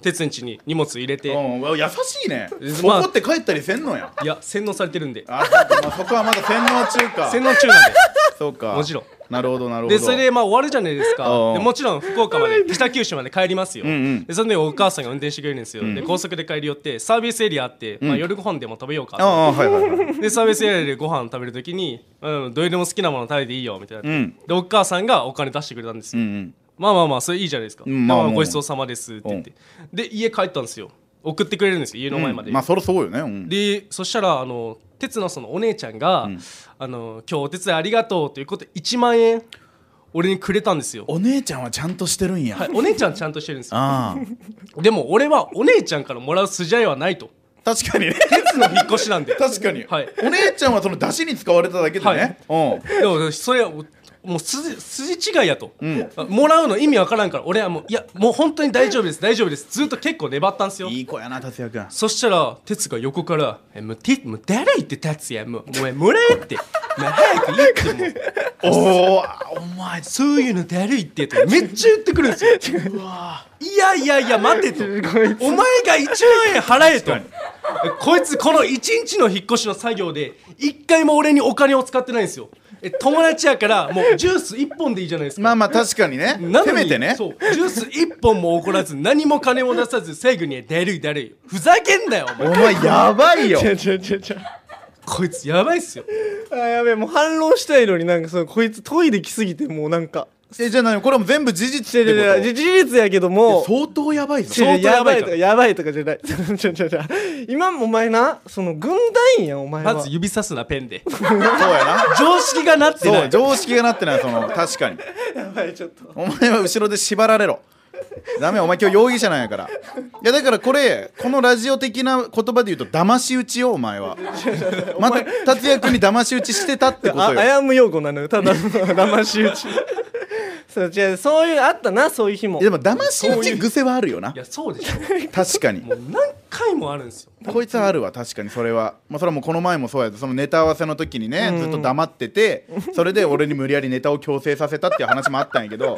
Speaker 3: 鉄んちに荷物入れて、
Speaker 2: うん優しいね
Speaker 3: まあ
Speaker 2: 怒って帰ったりせんのや
Speaker 3: いや洗脳されてるんで
Speaker 2: あそっかまあそこはまだ洗脳中か
Speaker 3: 洗脳中なんで
Speaker 2: そうか
Speaker 3: もちろん
Speaker 2: なるほどなるほど
Speaker 3: でそれでまあ終わるじゃないですか
Speaker 2: うん
Speaker 3: でもちろん福岡まで北九州まで帰りますよ、
Speaker 2: ん
Speaker 3: でその時お母さんが運転してくれるんですよ、で高速で帰り寄ってサービスエリアあって、まあ、夜ご飯でも食べようか
Speaker 2: あ
Speaker 3: と
Speaker 2: あはいはいはい
Speaker 3: でサービスエリアでご飯食べるときに、うん、どれでも好きなもの食べていいよみたいな、
Speaker 2: ん
Speaker 3: でお母さんがお金出してくれたんです
Speaker 2: う
Speaker 3: よ、
Speaker 2: ん
Speaker 3: まあまあまあそれいいじゃないですか、
Speaker 2: うんまあ
Speaker 3: でまあ
Speaker 2: うん
Speaker 3: ごちそうさまですって言って、で家帰ったんですよ送ってくれるんですよ家の
Speaker 2: うん
Speaker 3: 前まで、
Speaker 2: まあそりゃそうよねうん
Speaker 3: でそしたらあの鉄のそのお姉ちゃんが、あの「今日お手伝いありがとう」ということで1万円俺にくれたんですよ、
Speaker 2: お姉ちゃんはちゃんとしてるんや
Speaker 3: はい、お姉ちゃんちゃんとしてるんですよ
Speaker 2: ああ
Speaker 3: でも俺はお姉ちゃんからもらう筋合いはないと
Speaker 2: 確かにね
Speaker 3: 鉄の引っ越しなんで
Speaker 2: 確かに、
Speaker 3: はい
Speaker 2: お姉ちゃんはその出汁に使われただけでね、
Speaker 3: でもそれはもうもう筋筋違いやと、もらうの意味わからんから俺はもういやもう本当に大丈夫です大丈夫ですずっと結構粘ったんです
Speaker 2: う
Speaker 3: よ
Speaker 2: んいい子やな達也君
Speaker 3: そしたら哲が横から「えもうてもう誰言って達也もうお前もらえ」って 「もう早く言ってもう
Speaker 2: おおお前
Speaker 3: そういうのだるいって」とめっちゃ言ってくるんですよいやいやいや待てとお前が1万円払えとこいつこの1日の引っ越しの作業で1回も俺にお金を使ってないんですよえ友達やからもうジュース1本でいいじゃないですか
Speaker 2: まあまあ確かにね
Speaker 3: なのに
Speaker 2: せめてね
Speaker 3: そうジュース1本も怒らず何も金も出さず最後に「だるいだるい」ふざけんなよお前
Speaker 2: お前やばい よ
Speaker 1: ちゃちゃちゃちゃ
Speaker 3: こいつやばいっすよ
Speaker 1: あやべえもう反論したいのになんかそのこいつトイレ来すぎてもうなんか
Speaker 2: えじゃあ何これも全部事実
Speaker 1: 違
Speaker 2: っ
Speaker 1: う違う
Speaker 2: て
Speaker 1: 違う事実やけども
Speaker 2: こと相当やばいぞ
Speaker 1: 違う違うやばいとか
Speaker 3: 相
Speaker 1: やばいとかじゃない ちょちょちょ今もお前なその軍団員やお前は
Speaker 3: まず指さすなペンで
Speaker 2: そうやな
Speaker 3: 常識がなってな
Speaker 2: そう
Speaker 3: い
Speaker 2: 常識がなってないその確かに
Speaker 1: やばいちょっと
Speaker 2: お前は後ろで縛られろダメお前今日容疑者なんやからいやだからこれこのラジオ的な言葉で言うと騙し討ちよお前はまた達也君に騙し討ちしてたってこと
Speaker 4: あ
Speaker 2: よ
Speaker 4: やむ用語なのよただの 騙し討ち そう違うそういうあったなそういう日も
Speaker 2: いやでも騙し討ち癖はあるよない
Speaker 3: やそうでし
Speaker 2: 確かに
Speaker 3: ょもう何回もあるんですよ
Speaker 2: こいつはあるわ確かにそれは、まあ、それはもうこの前もそうやったそのネタ合わせの時にね、ずっと黙っててそれで俺に無理やりネタを強制させたっていう話もあったんやけど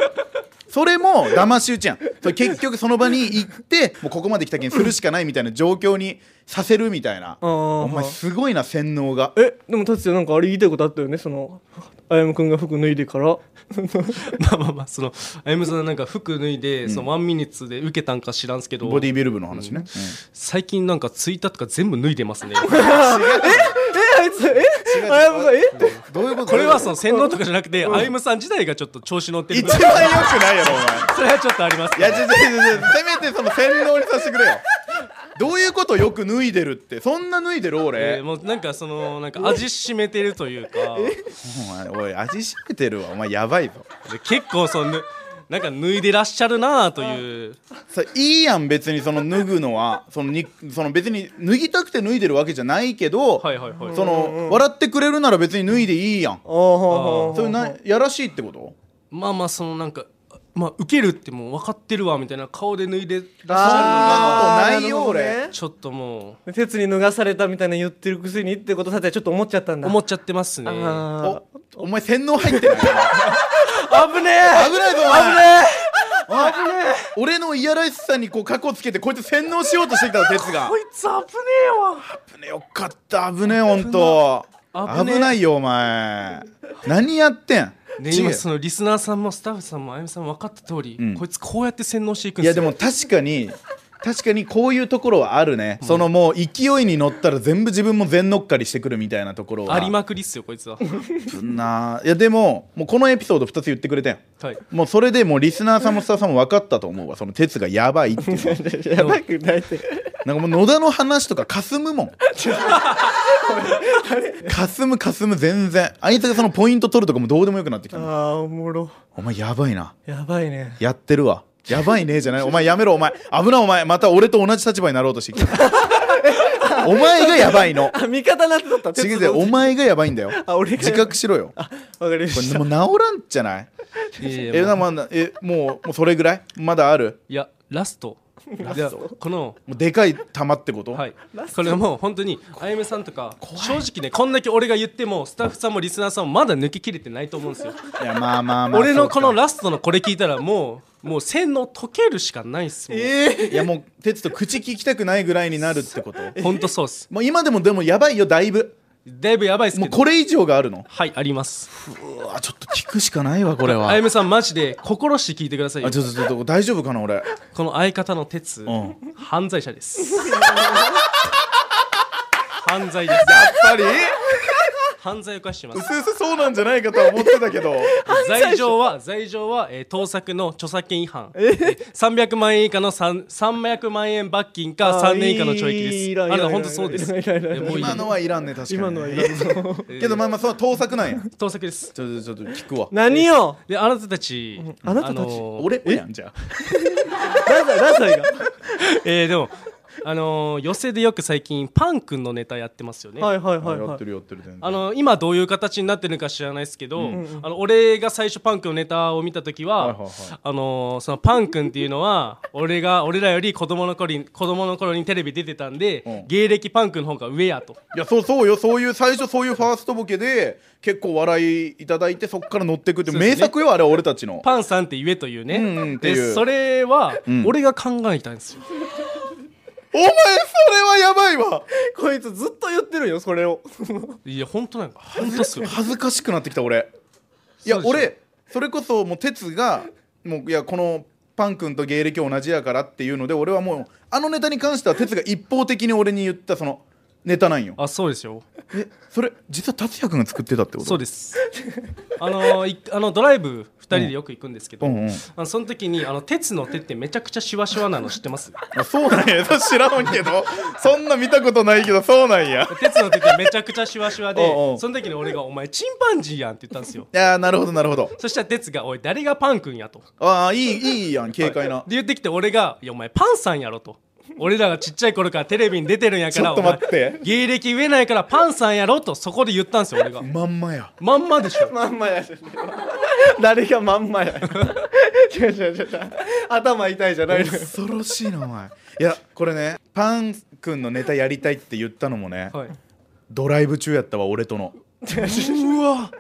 Speaker 2: それも騙し討ちやんそれ結局その場に行ってもうここまで来たけんするしかないみたいな状況にさせるみたいな
Speaker 4: あー
Speaker 2: お前すごいな洗脳が
Speaker 4: えでも達也なんかあれ言いたいことあったよねそのあやむくんが服脱いでから
Speaker 3: まあまあまあそのあやむさんなんか服脱いで、そのワンミニッツで受けたんか知らんすけど
Speaker 2: ボディビル部の話ね、
Speaker 3: 最近なんかツイッターとか全部脱いでますね
Speaker 4: えあいつえあやむがえ
Speaker 2: うんどういうこと
Speaker 3: これはそ
Speaker 2: そ
Speaker 3: の洗脳とかじゃなくて、あゆむさん自体がちょっと調子乗って
Speaker 2: 一
Speaker 3: る
Speaker 2: 番良くないやろお前
Speaker 3: それはちょっとあります
Speaker 2: いや違う違う違うせめてその洗脳にさせてくれよどういうことよく脱いでるってそんな脱いでる俺、
Speaker 3: えーもうなんかそのなんか味しめてるというか
Speaker 2: お前おい味しめてるわお前やばいぞ
Speaker 3: で結構そのぬなんか脱いでらっしゃるなあという
Speaker 2: さいいやん別にその脱ぐのはそのにその別に脱ぎたくて脱いでるわけじゃないけど、
Speaker 3: はいはいはい
Speaker 2: その笑ってくれるなら別に脱いでいいやん
Speaker 4: ああ
Speaker 2: それなやらしいってこと
Speaker 3: まあまあそのなんかまあ受けるってもう分かってるわみたいな顔で脱いでらっし
Speaker 2: あー
Speaker 3: ゃ
Speaker 2: そんなことないよ俺
Speaker 3: るのちょっとも
Speaker 4: 俺鉄に脱がされたみたいな言ってるくせにってことさてちょっと思っちゃったん
Speaker 3: う
Speaker 4: だ
Speaker 3: 思っちゃってますね
Speaker 4: あ
Speaker 2: おお前洗脳入ってる
Speaker 4: ー
Speaker 2: 危
Speaker 4: 危ねえ
Speaker 2: ないぞお
Speaker 4: 危
Speaker 2: 前
Speaker 4: ね
Speaker 2: 危ね俺のいやらしさにこう過去つけてこいつ洗脳しようとしてきたぞ哲が
Speaker 3: こいつ危ね
Speaker 2: 危ねよかった危ねえほんと
Speaker 3: 危ねえ
Speaker 2: 危ないよお前何やってん
Speaker 3: えわ
Speaker 2: 違
Speaker 3: ね
Speaker 2: う
Speaker 3: 今そのリスナーさんもスタッフさんもあゆみさんも分かった通り、
Speaker 2: ん
Speaker 3: こいつこうやって洗脳していくん
Speaker 2: い
Speaker 3: で
Speaker 2: や
Speaker 3: す
Speaker 2: で
Speaker 3: よ
Speaker 2: も確かに確かにこういうところはあるね、そのもう勢いに乗ったら全部自分も全乗っかりしてくるみたいなところは
Speaker 3: ありまくりっすよこいつは
Speaker 2: すないやでももうこのエピソード2つ言ってくれてん
Speaker 3: はい
Speaker 2: もうそれでもうリスナーさんもスタッフさんも分かったと思うわその哲がやばいっ ていうのは
Speaker 4: えやばくないって
Speaker 2: なんかもう野田の話とかかす むもんかすむかすむ全然あいつがそのポイント取るとかもどうでもよくなってきたもん
Speaker 4: あーおもろ
Speaker 2: お前やばいな
Speaker 4: やばいね
Speaker 2: やってるわやばいねじゃないお前やめろお前危ないお前また俺と同じ立場になろうとしてきたお前がやばいの
Speaker 4: あ味方なってとった
Speaker 2: 違うぜお前がやばいんだよ
Speaker 4: あ俺が
Speaker 2: 自覚しろよこ
Speaker 4: わかりま
Speaker 2: れ
Speaker 4: した
Speaker 2: もう治らんじゃない
Speaker 3: いやいや
Speaker 2: えなまだえもうもうそれぐらいまだある
Speaker 3: いやラストじゃあこの
Speaker 2: もうでかい玉ってこと、
Speaker 3: はいこれもう本当にあゆめさんとか正直ねこんだけ俺が言ってもスタッフさんもリスナーさんもまだ抜き切れてないと思うんですよ
Speaker 2: いやまあまあまあ
Speaker 3: 俺のこの
Speaker 2: そうか
Speaker 3: ラストのこれ聞いたらもうもう洗脳解けるしかないっすもん
Speaker 2: いやもう哲と口聞きたくないぐらいになるってこと
Speaker 3: ほんとそうっす
Speaker 2: もう今でもでもやばいよだいぶ
Speaker 3: だいぶやばいっす
Speaker 2: も
Speaker 3: け
Speaker 2: う
Speaker 3: ど
Speaker 2: これ以上があるの
Speaker 3: はいあります
Speaker 2: うわちょっと聞くしかないわこれは
Speaker 3: あゆ
Speaker 2: あ
Speaker 3: めさんマジで心して聞いてくださいよ
Speaker 2: ちょっとちょっと大丈夫かな俺
Speaker 3: この相方の鉄
Speaker 2: ん
Speaker 3: 犯罪者です 犯罪です
Speaker 2: やっぱり
Speaker 3: 犯罪を犯してます
Speaker 2: 薄々そうなんじゃないかとは思ってたけど
Speaker 3: 罪状は罪状は、えー盗作の著作権違反、え300万円以下の3 300万円罰金か
Speaker 4: あー
Speaker 3: 3年以下の懲役です
Speaker 4: いいらん
Speaker 3: あ
Speaker 4: いらん
Speaker 3: れ本当そうです
Speaker 4: いらんいらんいらん
Speaker 3: いやもう いい
Speaker 2: 今のはいらんね確かに
Speaker 4: 今のはい
Speaker 2: らん けどまあまあその盗作なんや
Speaker 3: 盗作です
Speaker 2: ちょっとちょっと聞くわ
Speaker 4: 何よ
Speaker 3: であなたたち、
Speaker 4: あなたたち
Speaker 3: のー
Speaker 2: 俺えやんじゃあ
Speaker 4: 何歳何歳が
Speaker 3: えーでもあのー寄席でよく最近パン君のネタやってますよね、
Speaker 4: はいはいはい
Speaker 2: や
Speaker 4: は
Speaker 2: ってるやってる全然
Speaker 3: あのー今どういう形になってるのか知らないですけど、あの俺が最初パン君のネタを見た時
Speaker 2: はい
Speaker 3: は、
Speaker 2: はいはい
Speaker 3: あのーそのパン君っていうのは 俺が俺らより子供の頃に子供の頃にテレビ出てたんで、
Speaker 2: うん
Speaker 3: 芸歴パン君の方が上やと
Speaker 2: いやそうそうよそういう最初そういうファーストボケで結構笑いいただいてそっから乗ってくって
Speaker 3: そうです
Speaker 2: 名
Speaker 3: ね
Speaker 2: 作よあれは俺たちの
Speaker 3: パンさんって言えというね、
Speaker 2: うんうんっていう
Speaker 3: でそれは
Speaker 2: ん
Speaker 3: 俺が考えたんですよ、
Speaker 2: お前それはやばいわ
Speaker 4: いこいつずっと言ってるよそれを
Speaker 3: いや本当なんか本当っすよ
Speaker 2: 恥ずかしくなってきた俺いや
Speaker 3: そうでしょ
Speaker 2: 俺それこそもう哲がもういやこのパン君と芸歴同じやからっていうので俺はもうあのネタに関しては哲が一方的に俺に言ったそのネタないんよ
Speaker 3: あそうですよ
Speaker 2: えそれ実は達也君が作ってたってこと
Speaker 3: そうですあのいあのドライブ2人でよく行くんですけど、
Speaker 2: うんうん
Speaker 3: あのその時にあの鉄の手ってめちゃくちゃシワシワなの知ってます
Speaker 2: あそうなんや知らんけどそんな見たことないけどそうなんや
Speaker 3: 鉄の手ってめちゃくちゃシワシワで
Speaker 2: おうおう
Speaker 3: その時に俺が「お前チンパンジーやん」って言ったんですよ
Speaker 2: いやーなるほどなるほど
Speaker 3: そしたら鉄が「おい誰がパン君や」と。
Speaker 2: ああいいいいやん軽快な
Speaker 3: で言ってきて俺が「いやお前パンさんやろ」と。俺らがちっちゃい頃からテレビに出てるんやから
Speaker 2: ちょっと待って
Speaker 3: お前芸歴上ないからパンさんやろとそこで言ったんですよ俺が
Speaker 2: まんまや
Speaker 3: まんまでしょ
Speaker 1: まんまや誰がまんまや違う違う違う違う頭痛いじゃないのよ
Speaker 2: 恐ろしいなお前いやこれねパン君のネタやりたいって言ったのもね、
Speaker 3: はい
Speaker 2: ドライブ中やったわ俺との
Speaker 3: うわ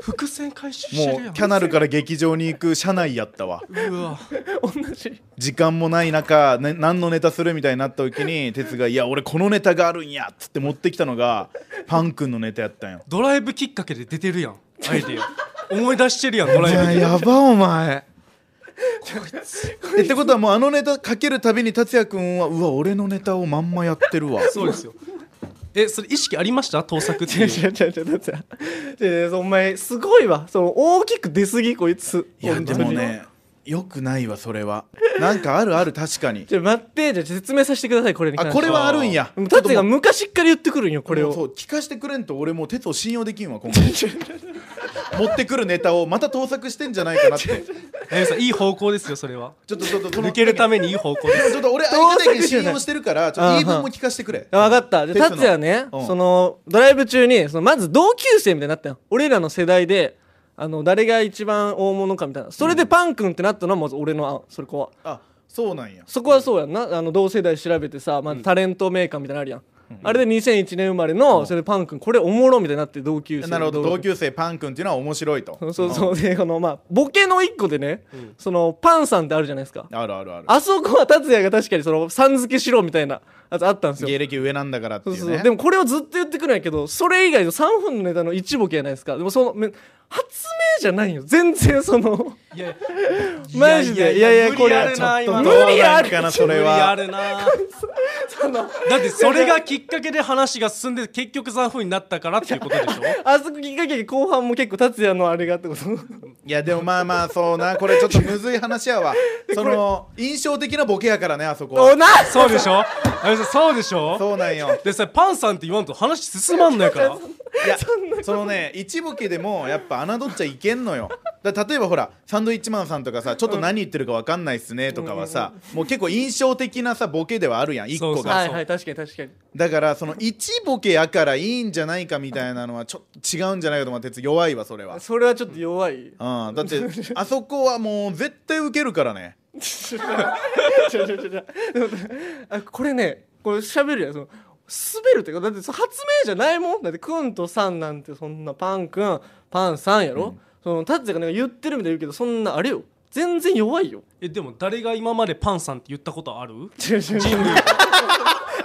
Speaker 3: 伏線回収してる
Speaker 2: も
Speaker 3: や
Speaker 2: うんキャナルから劇場に行く車内やったわ
Speaker 3: うわ
Speaker 1: 同じ
Speaker 2: 時間もない中、ね、何のネタするみたいになった時に哲が「いや俺このネタがあるんや」っつって持ってきたのがパン君のネタやったんよ
Speaker 3: ドライブきっかけで出てるやんアイデア思い出してるやんド
Speaker 2: い
Speaker 3: ラ
Speaker 2: や
Speaker 3: イブ
Speaker 2: やばお前えってことはもうあのネタかけるたびに達也君はうわ俺のネタをまんまやってるわ
Speaker 3: そうですよえそれ意識ありました盗作ってい
Speaker 1: 違う違
Speaker 3: う
Speaker 1: う違う違うだってさでお前すごいわその大きく出すぎこいつ
Speaker 2: いや
Speaker 1: 本当
Speaker 2: で
Speaker 1: に
Speaker 2: もねよくないわそれはなんかあるある確かに
Speaker 1: ちょ待ってじゃあ説明させてくださいこれに関
Speaker 2: あ
Speaker 1: して
Speaker 2: これはあるんや
Speaker 1: もう達也が昔っから言ってくるんよこれ
Speaker 2: そ
Speaker 1: を
Speaker 2: う聞かしてくれんと俺もう鉄を信用できんわ今後 持ってくるネタをまた盗作してんじゃないかなって ち
Speaker 3: あゆみさんいい方向ですよそれは
Speaker 2: ょっとちょっとその
Speaker 3: 抜けるためにいい方向で
Speaker 2: ち
Speaker 3: す
Speaker 2: ょっと俺相手だけ信用してるからちょっと言い分も聞かせてくれ
Speaker 1: 分かったで
Speaker 2: 鉄の
Speaker 1: 達也ね
Speaker 2: うん
Speaker 1: そのドライブ中にそのまず同級生みたいになったよ俺らの世代であの誰が一番大物かみたいなそれでパン君ってなったのはまず俺のあそれこは
Speaker 2: あそうなんや
Speaker 1: そこはそうやんなあの同世代調べてさ、まあ、タレントメーカーみたいなのあるやん、あれで2001年生まれの、それでパン君これおもろみたいになって同級生
Speaker 2: なるほど同級生パン君っていうのは面白いと
Speaker 1: そうそうそうでこのまあボケの一個でね、そのパンさんってあるじゃないですか
Speaker 2: あるあるある
Speaker 1: あそこは達也が確かにそのさん付けしろみたいなやつあったんですよ
Speaker 2: 芸歴上なんだからって
Speaker 1: そ
Speaker 2: いううね
Speaker 1: そうでもこれをずっと言ってくるんやけどそれ以外の3分のネタの一ボケじゃないですかでもそのめ発明じゃないよ全然その
Speaker 3: いや
Speaker 1: マジでいやいやこれ
Speaker 3: 無理あるな今
Speaker 1: 無
Speaker 3: の
Speaker 1: 理ある
Speaker 2: かなそれは
Speaker 3: 無理あるなだってそれがきっかけで話が進んで結局ザフになったからっていうことでしょ
Speaker 1: あそこきっかけで後半も結構達也のあれがってこと
Speaker 2: いやでもまあまあそうなこれちょっとむずい 話やわその印象的なボケやからねあそこ
Speaker 1: お
Speaker 2: は
Speaker 1: な
Speaker 3: そうでしょあゆみさんそうでしょ
Speaker 2: そうなんよ
Speaker 3: でさパンさんって言わんと話進まんのやから
Speaker 2: いやそのね一ボケでもやっぱ侮っちゃいけんのよだ例えばほらサンドイッチマンさんとかさちょっと何言ってるか分かんないっすねとかはさ、もう結構印象的なさボケではあるやん一個が
Speaker 3: そうそう
Speaker 1: はいはい確かに確かに
Speaker 2: だからその一ボケやからいいんじゃないかみたいなのはちょっと違うんじゃないかと思って弱いわそれ は、
Speaker 1: それはちょっと弱い
Speaker 2: うん、だってあそこはもう絶対ウケるからね
Speaker 1: 違う違う違う違うでもあこれねこれ喋るやんその滑るっていうかだってその発明じゃないもんだってくんとさんなんてそんなパンくんパンさんやろ、その達也がなんか言ってるみたいに言うけどそんなあれよ全然弱いよ
Speaker 3: えでも誰が今までパンさんって言ったことある
Speaker 1: 違う違う違う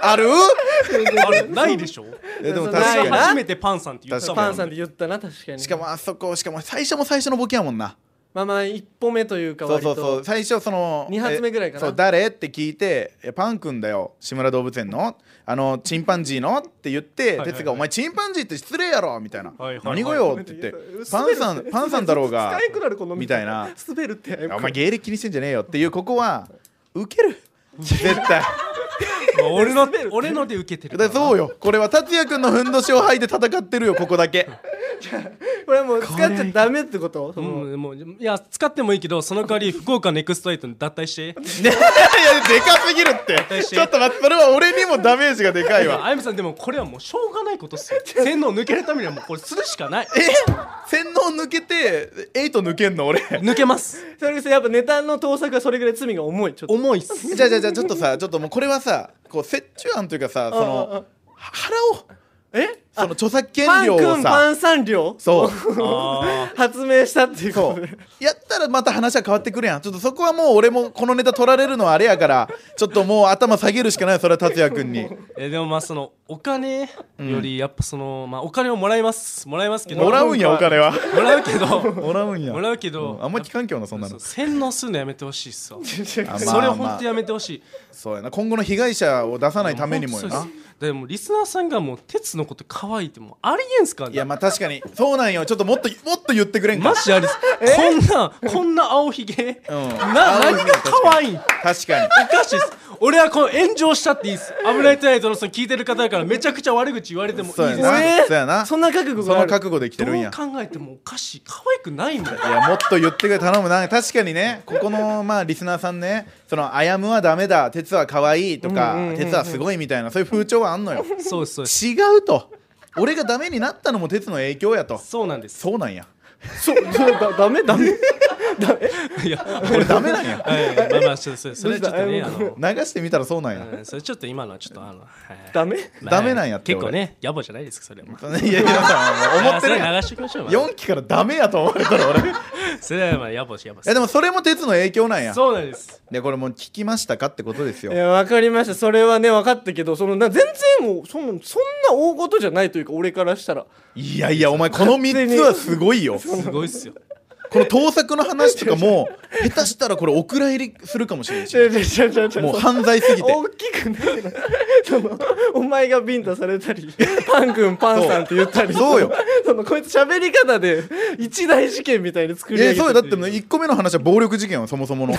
Speaker 2: ある
Speaker 3: あれないでしょ
Speaker 2: えでも
Speaker 1: そう
Speaker 2: 確
Speaker 1: ないな
Speaker 2: か
Speaker 3: 初めてパンさんって言ったもん
Speaker 1: パンさんって言ったな確かに
Speaker 2: にしかもあそこしかも最初も最初のボケやもんな
Speaker 1: まあまあ一歩目というか
Speaker 2: そう
Speaker 1: 割
Speaker 2: そ
Speaker 1: と
Speaker 2: うそう最初その
Speaker 1: 二発目ぐらいかな
Speaker 2: えそう誰って聞いていや「パン君だよ志村動物園のあのチンパンジーの?」って言って
Speaker 3: はいはい
Speaker 2: 哲が「お前チンパンジーって失礼やろ」みたいな
Speaker 3: はいはい
Speaker 2: 「何がよ」って言って「パンさんパンさんだろうが
Speaker 1: 使いくなるこの」
Speaker 2: みたいな
Speaker 1: 滑るって
Speaker 2: 「お前芸歴気にしてんじゃねえよ」っていうここはウケる絶対
Speaker 3: まあ俺の俺ので受けてる
Speaker 2: だそうよこれは達也君のふんどしを履いて戦ってるよここだけ
Speaker 1: これはもう使っちゃダメってことその
Speaker 3: うん、もういや使ってもいいけどその代わり福岡ネクストエイトに脱退して
Speaker 2: ねいやでかすぎるってちょっと待ってそれは俺にもダメージがでかいわ
Speaker 3: あゆみさんでもこれはもうしょうがないこと っすよ洗脳抜けるためにはもうこれするしかない
Speaker 2: え洗脳抜けてエイト抜けんの俺
Speaker 3: 抜 けます
Speaker 1: それこそやっぱネタの盗作はそれぐらい罪が重いちょっと
Speaker 3: 重いっす
Speaker 2: じゃあじゃあじゃあちょっとさちょっともうこれはさこう折衷案というかさその
Speaker 1: うんうん
Speaker 2: は腹を
Speaker 1: え
Speaker 2: その著作権
Speaker 1: パン
Speaker 2: 料を
Speaker 1: 君パ
Speaker 2: さ
Speaker 1: ン三両
Speaker 2: そう
Speaker 3: あ
Speaker 1: 発明したっていうこ
Speaker 2: そ
Speaker 1: と
Speaker 2: う
Speaker 1: で
Speaker 2: やったらまた話は変わってくるやんちょっとそこはもう俺もこのネタ取られるのはあれやからちょっともう頭下げるしかないそれは達也君に
Speaker 3: ーえでもまあそのお金よりやっぱその、まあお金をもらいますもらいますけど
Speaker 2: もらうんやお金は
Speaker 3: もらうけ ど
Speaker 2: もらうんや
Speaker 3: もらうけど、
Speaker 2: うんあんま聞かんけどなそんな
Speaker 3: そ
Speaker 2: の
Speaker 3: う洗脳するのやめてほしいっす わ
Speaker 2: あまあ
Speaker 3: それを
Speaker 2: ま
Speaker 3: 本
Speaker 2: あ
Speaker 3: 当やめてほしい
Speaker 2: そうやな今後の被害者を出さないためにもや
Speaker 3: ほんと
Speaker 2: な
Speaker 3: そうですでもリスナーさんがもう鉄のこと可愛いってもうありえんすから
Speaker 2: い
Speaker 3: ね
Speaker 2: やまあ確かにそうなんよちょっともっともっと言ってくれんか
Speaker 3: マジあ りっすこんなこんな青ひげ
Speaker 2: うん
Speaker 3: な何が可愛いん
Speaker 2: 確かに
Speaker 3: おかしいっす俺はこの炎上したっていいっす危ないトゥナイトのその聞いてる方だからめちゃくちゃ悪口言われてもいいです
Speaker 2: そうやな、
Speaker 1: えー
Speaker 2: そうやな
Speaker 1: そんな覚悟
Speaker 2: そ
Speaker 1: があ
Speaker 2: の
Speaker 1: る
Speaker 2: 覚悟できて
Speaker 3: どう
Speaker 2: るんや
Speaker 3: 考えてもおかしい可愛くないんだよ
Speaker 2: いやもっと言ってくれ頼むな確かにねここのまあリスナーさんねその「あやむはダメだ鉄は可愛いとか、鉄はすごいみたいな そういう風潮はあんのよ
Speaker 3: そうですそうです
Speaker 2: 違うと俺がダメになったのも鉄の影響やと
Speaker 3: そうな んです
Speaker 2: そうなんや
Speaker 1: そうそうだダメダ メ
Speaker 3: い や
Speaker 2: 俺ダメなんや
Speaker 3: はいまあまあそ うですそれはちょっとね
Speaker 1: ど
Speaker 3: あ
Speaker 1: う
Speaker 3: の
Speaker 2: 流してみたらそうなんや、
Speaker 3: うんそれちょっと今のはちょっとあのはい
Speaker 1: ダメ
Speaker 3: まあ
Speaker 2: ダメなんやって
Speaker 3: 結構ね野暮じゃないですかそれはもう
Speaker 2: いやいや思ってる
Speaker 3: まあそ
Speaker 2: やん
Speaker 3: れ流していきましょうよ
Speaker 2: 4期からダメやと思われたら俺い
Speaker 3: それはまあ野暮し野暮し
Speaker 2: やでもそれも鉄の影響なんや
Speaker 3: そうなんです
Speaker 2: でこれもう聞きましたかってことですよ
Speaker 1: いや分かりましたそれはね分かったけどそのな全然もうそのそんな大事じゃないというか俺からしたら
Speaker 2: いやいやお前この3つはすごいよ
Speaker 3: すごいっ すよ
Speaker 2: この盗作の話とかも下手したらこれお蔵入りするかもしれないし
Speaker 1: 違う違う違う違う
Speaker 2: もう犯罪すぎて
Speaker 1: 大きくないなそのお前がビンタされたり パン君パンさんって言ったり
Speaker 2: そうよ
Speaker 1: そのこいつ喋り方で一大事件みたいに作り
Speaker 2: え
Speaker 1: 上
Speaker 2: ー
Speaker 1: げ
Speaker 2: そう
Speaker 1: て
Speaker 2: よだって1個目の話は暴力事件はそもそもので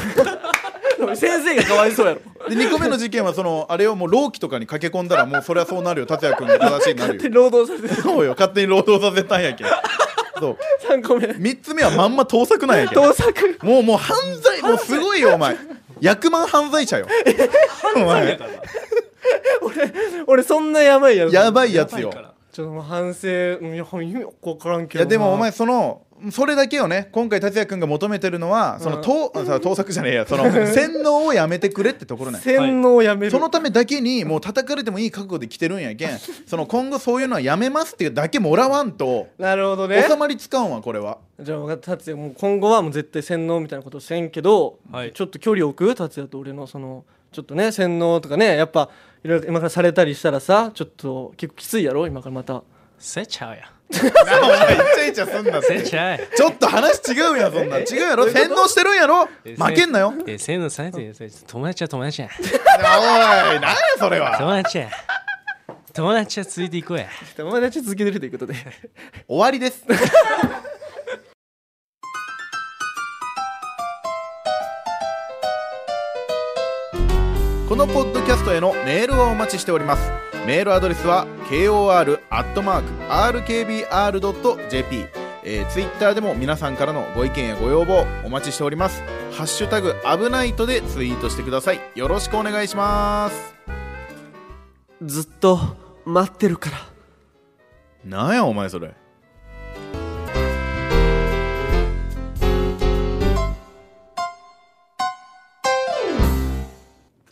Speaker 1: 先生がかわいそうやろ
Speaker 2: 2個目の事件はそのあれをもう労基とかに駆け込んだらもうそれはそうなるよ達也君が正しいになる
Speaker 1: で
Speaker 2: よ
Speaker 1: 労働させて
Speaker 2: そうよ勝手に労働させたんやけんそう
Speaker 1: 3個目
Speaker 2: 3つ目はまんま盗作なんやけん
Speaker 1: 盗作
Speaker 2: もうもう犯罪もうすごいよお 前役満犯罪者よお前
Speaker 1: 俺そんなやばいやろ
Speaker 2: やばいやつ
Speaker 3: や
Speaker 2: よ
Speaker 3: ばいから
Speaker 1: ちょっともう反省うんいや意味わからんけど
Speaker 2: いやでもお
Speaker 1: な
Speaker 2: 前そのそれだけをね今回達也君が求めてるのはその盗あ盗作じゃねえやそ の洗脳をやめてくれってところね
Speaker 1: 洗脳やめる、
Speaker 2: そのためだけにもう叩かれてもいい覚悟で来てるんやけ んその今後そういうのはやめますっていうだけもらわんと
Speaker 1: なるほどね
Speaker 2: 収まりつかんわこれ は
Speaker 1: じゃあ分かった達也もう今後はもう絶対洗脳みたいなことせんけど、
Speaker 3: はい
Speaker 1: ちょっと距離置く達也と俺のそのちょっとね洗脳とかねやっぱいろいろ今からされたりしたらさちょっと結構きついやろ今からまた
Speaker 3: せちゃうやん
Speaker 2: なあお前イチャイチャすんなっ
Speaker 3: せ
Speaker 2: て
Speaker 3: ちゃうやん
Speaker 2: ちょっと話違うやんそんなん違うやろ洗脳してるんやろ負けんな よ
Speaker 3: えせんのされてるそれ友達は友達や
Speaker 2: おい何やそれは
Speaker 3: 友達や友達はついていこうや
Speaker 1: 友達続けてるということで
Speaker 2: 終わりです このポッドキャストへのメールをお待ちしておりますメールアドレスは kor.rkbr.jp えー、ツイッターでも皆さんからのご意見やご要望お待ちしておりますハッシュタグ危ないとでツイートしてくださいよろしくお願いします
Speaker 1: ずっと待ってるから
Speaker 2: なんやお前それ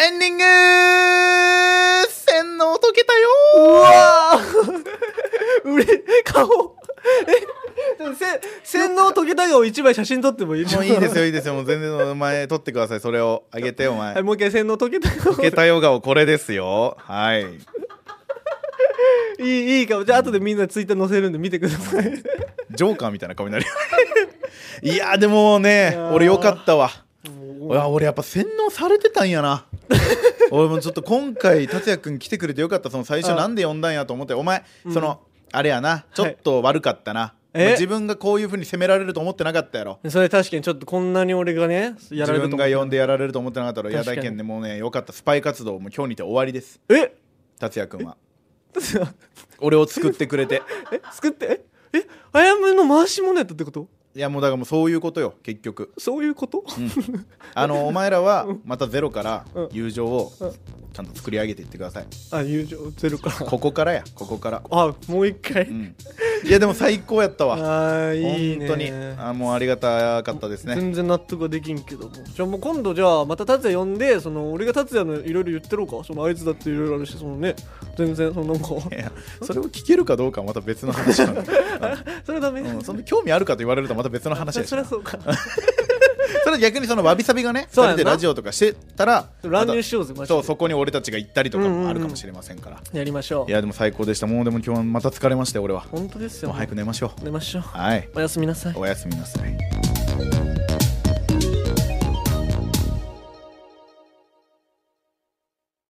Speaker 2: エンディング洗脳解けたよ
Speaker 1: うわー うれ顔えでもせ洗脳解けた顔一枚写真撮ってもいい
Speaker 2: もういいですよいいですよもう全然お前取ってくださいそれをあげてお前
Speaker 1: はい、
Speaker 2: 解
Speaker 1: もう一回洗脳解けた顔
Speaker 2: けたよ顔これですよはい
Speaker 1: いいいい顔じゃあ後でみんなツイッター載せるんで見てください
Speaker 2: ジョーカーみたいな顔になる いやでもね俺よかったわいや俺やっぱ洗脳されてたんやな 俺もちょっと今回達也君来てくれてよかったその最初
Speaker 1: あ
Speaker 2: なんで呼んだんやと思ってお前その、あれやなちょっと悪かったな、
Speaker 1: え
Speaker 2: もう自分がこういうふうに責められると思ってなかったやろ
Speaker 1: それ確かにちょっとこんなに俺がねや
Speaker 2: 自
Speaker 1: られる
Speaker 2: 分
Speaker 1: と
Speaker 2: が
Speaker 1: 思う
Speaker 2: 呼んでやられると思ってなかったらいや
Speaker 1: 確かに
Speaker 2: だけんでもうねよかったスパイ活動も今日にて終わりです
Speaker 1: え
Speaker 2: 達也君は俺を救ってくれ て
Speaker 1: え作ってええあやむの回し者やったってこと
Speaker 2: いやもうだからもうそういうことよ結局
Speaker 1: そういうこと、
Speaker 2: あのお前らはまたゼロから友情をちゃんと作り上げていってください
Speaker 1: あ友情ゼロから
Speaker 2: ここからやここから
Speaker 1: あもう一回、
Speaker 2: んいやでも最高やったわ
Speaker 1: あーいい
Speaker 2: 本
Speaker 1: ね
Speaker 2: 当にあもうありがたかったですね
Speaker 1: 全然納得ができんけどもじゃあもう今度じゃあまた達也呼んでその俺が達也のいろいろ言ってろうかそのあいつだっていろいろあるしそのね全然その なんか
Speaker 2: いやそれを聞けるかどうかはまた別の話 なんだけど、
Speaker 1: それダメ、
Speaker 2: うん、その興味あるかと言われるとまた別の話
Speaker 1: そそ
Speaker 2: です
Speaker 1: りゃ そうか
Speaker 2: それ逆にそのわびさびがね
Speaker 1: そう
Speaker 2: そ
Speaker 1: や
Speaker 2: れ
Speaker 1: な
Speaker 2: でラジオとかしてたら
Speaker 1: 乱
Speaker 2: ま
Speaker 1: 入
Speaker 2: た
Speaker 1: しようぜマジ
Speaker 2: そ
Speaker 1: で
Speaker 2: うそこに俺たちが行ったりとかもあるかもしれませんから、
Speaker 1: やりましょ
Speaker 2: いうやでも最高でしたもうでも今日はまた疲れましたよ俺は
Speaker 1: 本当です
Speaker 2: も
Speaker 1: よ
Speaker 2: う早く寝ましょう
Speaker 1: 寝ましょう
Speaker 2: はい
Speaker 1: おやすみなさい
Speaker 2: おやすみなさい